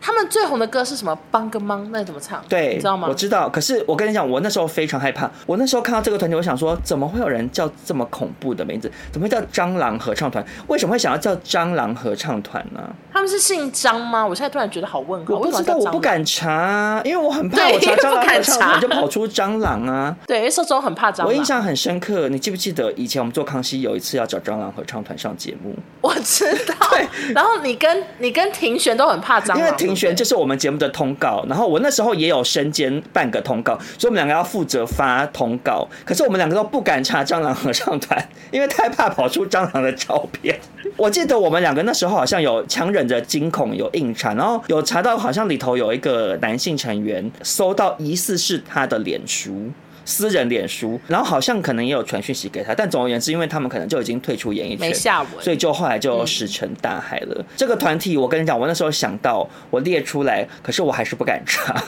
A: 他们最红的歌是什么？帮个忙，那你怎么唱？
B: 对，
A: 你知道吗？
B: 我知道。可是我跟你讲，我那时候非常害怕。我那时候看到这个团体，我想说，怎么会有人叫这么恐怖的名字？怎么会叫蟑螂合唱团？为什么会想要叫蟑螂合唱团呢？
A: 他们是姓张吗？我现在突然觉得好问号，
B: 我不知道，
A: 啊为什么要叫
B: 我
A: 蟑
B: 不
A: 螂。
B: 敢查，因为我很怕
A: 对
B: 我查蟑
A: 不
B: 螂
A: 敢
B: 合唱团
A: 查
B: 就跑出蟑螂啊。
A: 对，因为受众很怕蟑螂。
B: 我印象很深刻，你记不记得以前我们做康熙有一次要找蟑螂合唱团上节目？
A: 我知道。然后你跟你跟庭璇都很怕蟑螂，
B: 因为庭璇
A: 对不对
B: 就是我们节目的通告，然后我那时候也有身兼半个通告，所以我们两个要负责发通告。可是我们两个都不敢查蟑螂合唱团，因为太怕跑出蟑螂的照片。我记得我们两个那时候好像有强忍着惊恐有硬查，然后有查到好像里头有一个男性成员搜到疑似是他的脸书。私人脸书，然后好像可能也有传讯息给他，但总而言之，因为他们可能就已经退出演艺圈，
A: 没下文。
B: 所以就后来就石沉大海了。这个团体，我跟你讲，我那时候想到我列出来，可是我还是不敢查。
A: 啊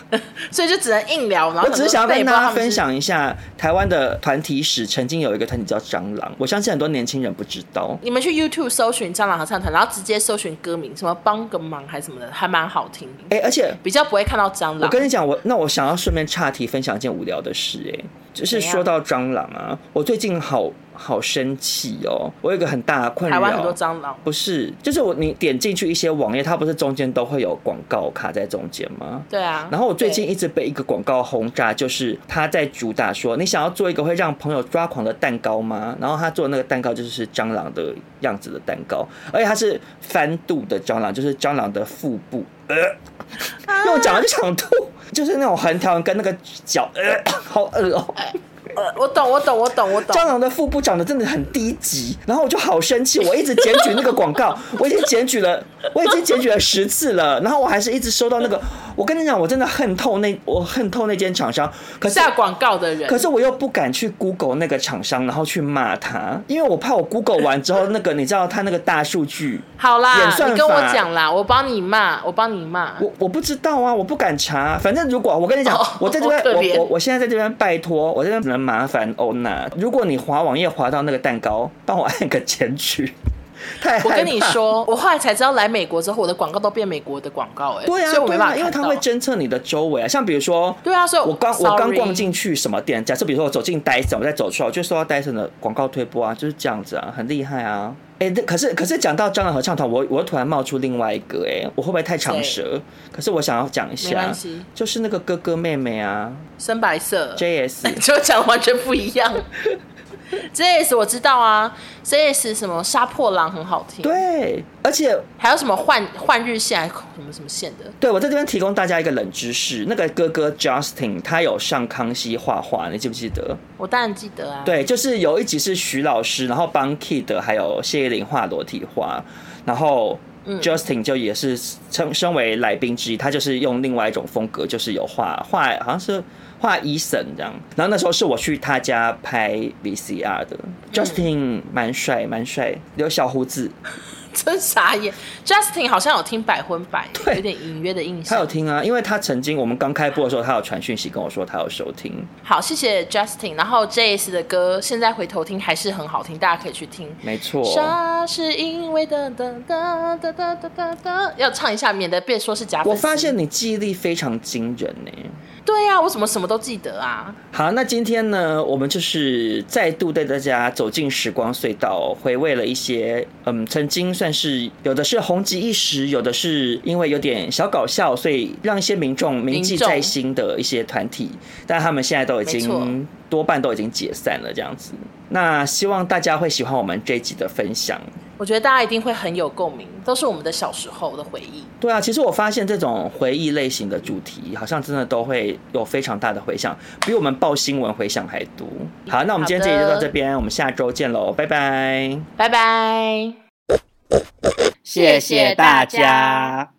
A: 所以就只能硬聊。然后
B: 我只是想要
A: 被
B: 跟大家分享一下台湾的团体史，曾经有一个团体叫蟑螂，我相信很多年轻人不知道。
A: 你们去 YouTube 搜寻蟑螂合唱团，然后直接搜寻歌名，什么帮个忙还是什么的，还蛮好听的，
B: 哎、而且
A: 比较不会看到蟑
B: 我
A: 螂。
B: 跟你讲，我那我想要顺便岔题分享一件无聊的事、哎，就是
A: 怎样
B: 说到蟑螂啊，我最近好好生气哦，我有一个很大的困扰。
A: 台湾很多蟑螂，
B: 不是，就是我你点进去一些网页，它不是中间都会有广告卡在中间吗？
A: 对啊。
B: 然后我最近一直被一个广告轰炸，就是他在主打说，你想要做一个会让朋友抓狂的蛋糕吗？然后他做的那个蛋糕就是蟑螂的样子的蛋糕，而且它是翻肚的蟑螂，就是蟑螂的腹部。呃，因为我讲了就想吐，就是那种横条跟那个脚，呃，好恶哦、
A: 对呃我懂，我懂，我懂，我懂。
B: 蟑螂的腹部长得真的很低级，然后我就好生气，我一直检举那个广告，我已经检举了，我已经检举了十次了，然后我还是一直收到那个，我跟你讲，我真的恨透那，我恨透那间厂商，可是
A: 下广告的人，
B: 可是我又不敢去 Google 那个厂商，然后去骂他，因为我怕我 Google 完之后，那个你知道他那个大数据，
A: 好
B: 演
A: 啦，
B: 算法
A: 你跟我讲啦，我帮你骂，我帮你骂。
B: 我我不知道啊，我不敢查。反正如果我跟你讲
A: 哦，
B: 我在这边
A: 好，可怜
B: 我我我现在在这边拜托，我这边只能麻烦欧娜，如果你滑网页滑到那个蛋糕，帮我按个检举。太
A: 我
B: 害
A: 跟你
B: 怕。
A: 说，我后来才知道来美国之后，我的广告都变美国的广告、哎，
B: 对啊，
A: 所以我没
B: 对
A: 办
B: 啊，
A: 法
B: 因为
A: 看到
B: 它会侦测你的周围啊，像比如说，
A: 对啊，所以
B: 我刚我刚
A: sorry
B: 逛进去什么店，假设比如说我走进 Dyson，我再走出来，我就收到 Dyson 的广告推播啊，就是这样子啊，很厉害啊。哎、那可是可是讲到蟑螂合唱团，我我又突然冒出另外一个、哎，我会不会太长舌？可是我想要讲一
A: 没
B: 下
A: 关系，呃
B: 就是那个哥哥妹妹啊
A: 深白色
B: ，JS
A: 就讲完全不一 样。JS 我知道啊，JS 什么杀破狼很好听，，
B: 对，而且
A: 还有什么换换日线还是什么什么线的，
B: 对我在这边提供大家一个冷知识，那个哥哥 Justin 他有上康熙画画，你记不记得？
A: 我当然记得啊。，
B: 对，就是有一集是徐老师，然后帮 Kid 还有谢依霖画裸体画，然后 Justin 就也是称身为来宾之一，他就是用另外一种风格，就是有画画，好像是画 Eason 这样。然后那时候是我去他家拍 VCR 的，Justin 蛮帅蛮帅，留小胡子，
A: 真傻眼。Justin 好像有听百分百，
B: 对
A: 有点隐约的印
B: 他有
A: 象。
B: 听啊，因为他曾经我们刚开播的时候，他有传讯息跟我说他有收听，
A: 好，谢谢 Justin。然后 JS 的歌现在回头听还是很好听，大家可以去听。
B: 没错。
A: 傻是因为噔噔噔噔噔噔噔噔，要唱一下，免得被说是假粉丝。
B: 我发现你记忆力非常惊人欸呢、
A: 对呀、我怎么什么都记得啊？
B: 好，那今天呢，我们就是再度带大家走进时光隧道，回味了一些，嗯，曾经算是有的是红极一时，有的是因为有点小搞笑，所以让一些民众铭记
A: 民众
B: 在心的一些团体，但他们现在都已
A: 没错
B: 经多半都已经解散了，这样子。那希望大家会喜欢我们这一集的分享。
A: 我觉得大家一定会很有共鸣，都是我们的小时候的回忆。
B: 对啊，其实我发现这种回忆类型的主题，好像真的都会有非常大的回响，比我们报新闻回响还多。好，那我们今天这集就到这边，我们下周见喽，拜拜！
A: 拜拜。
C: 谢谢大家。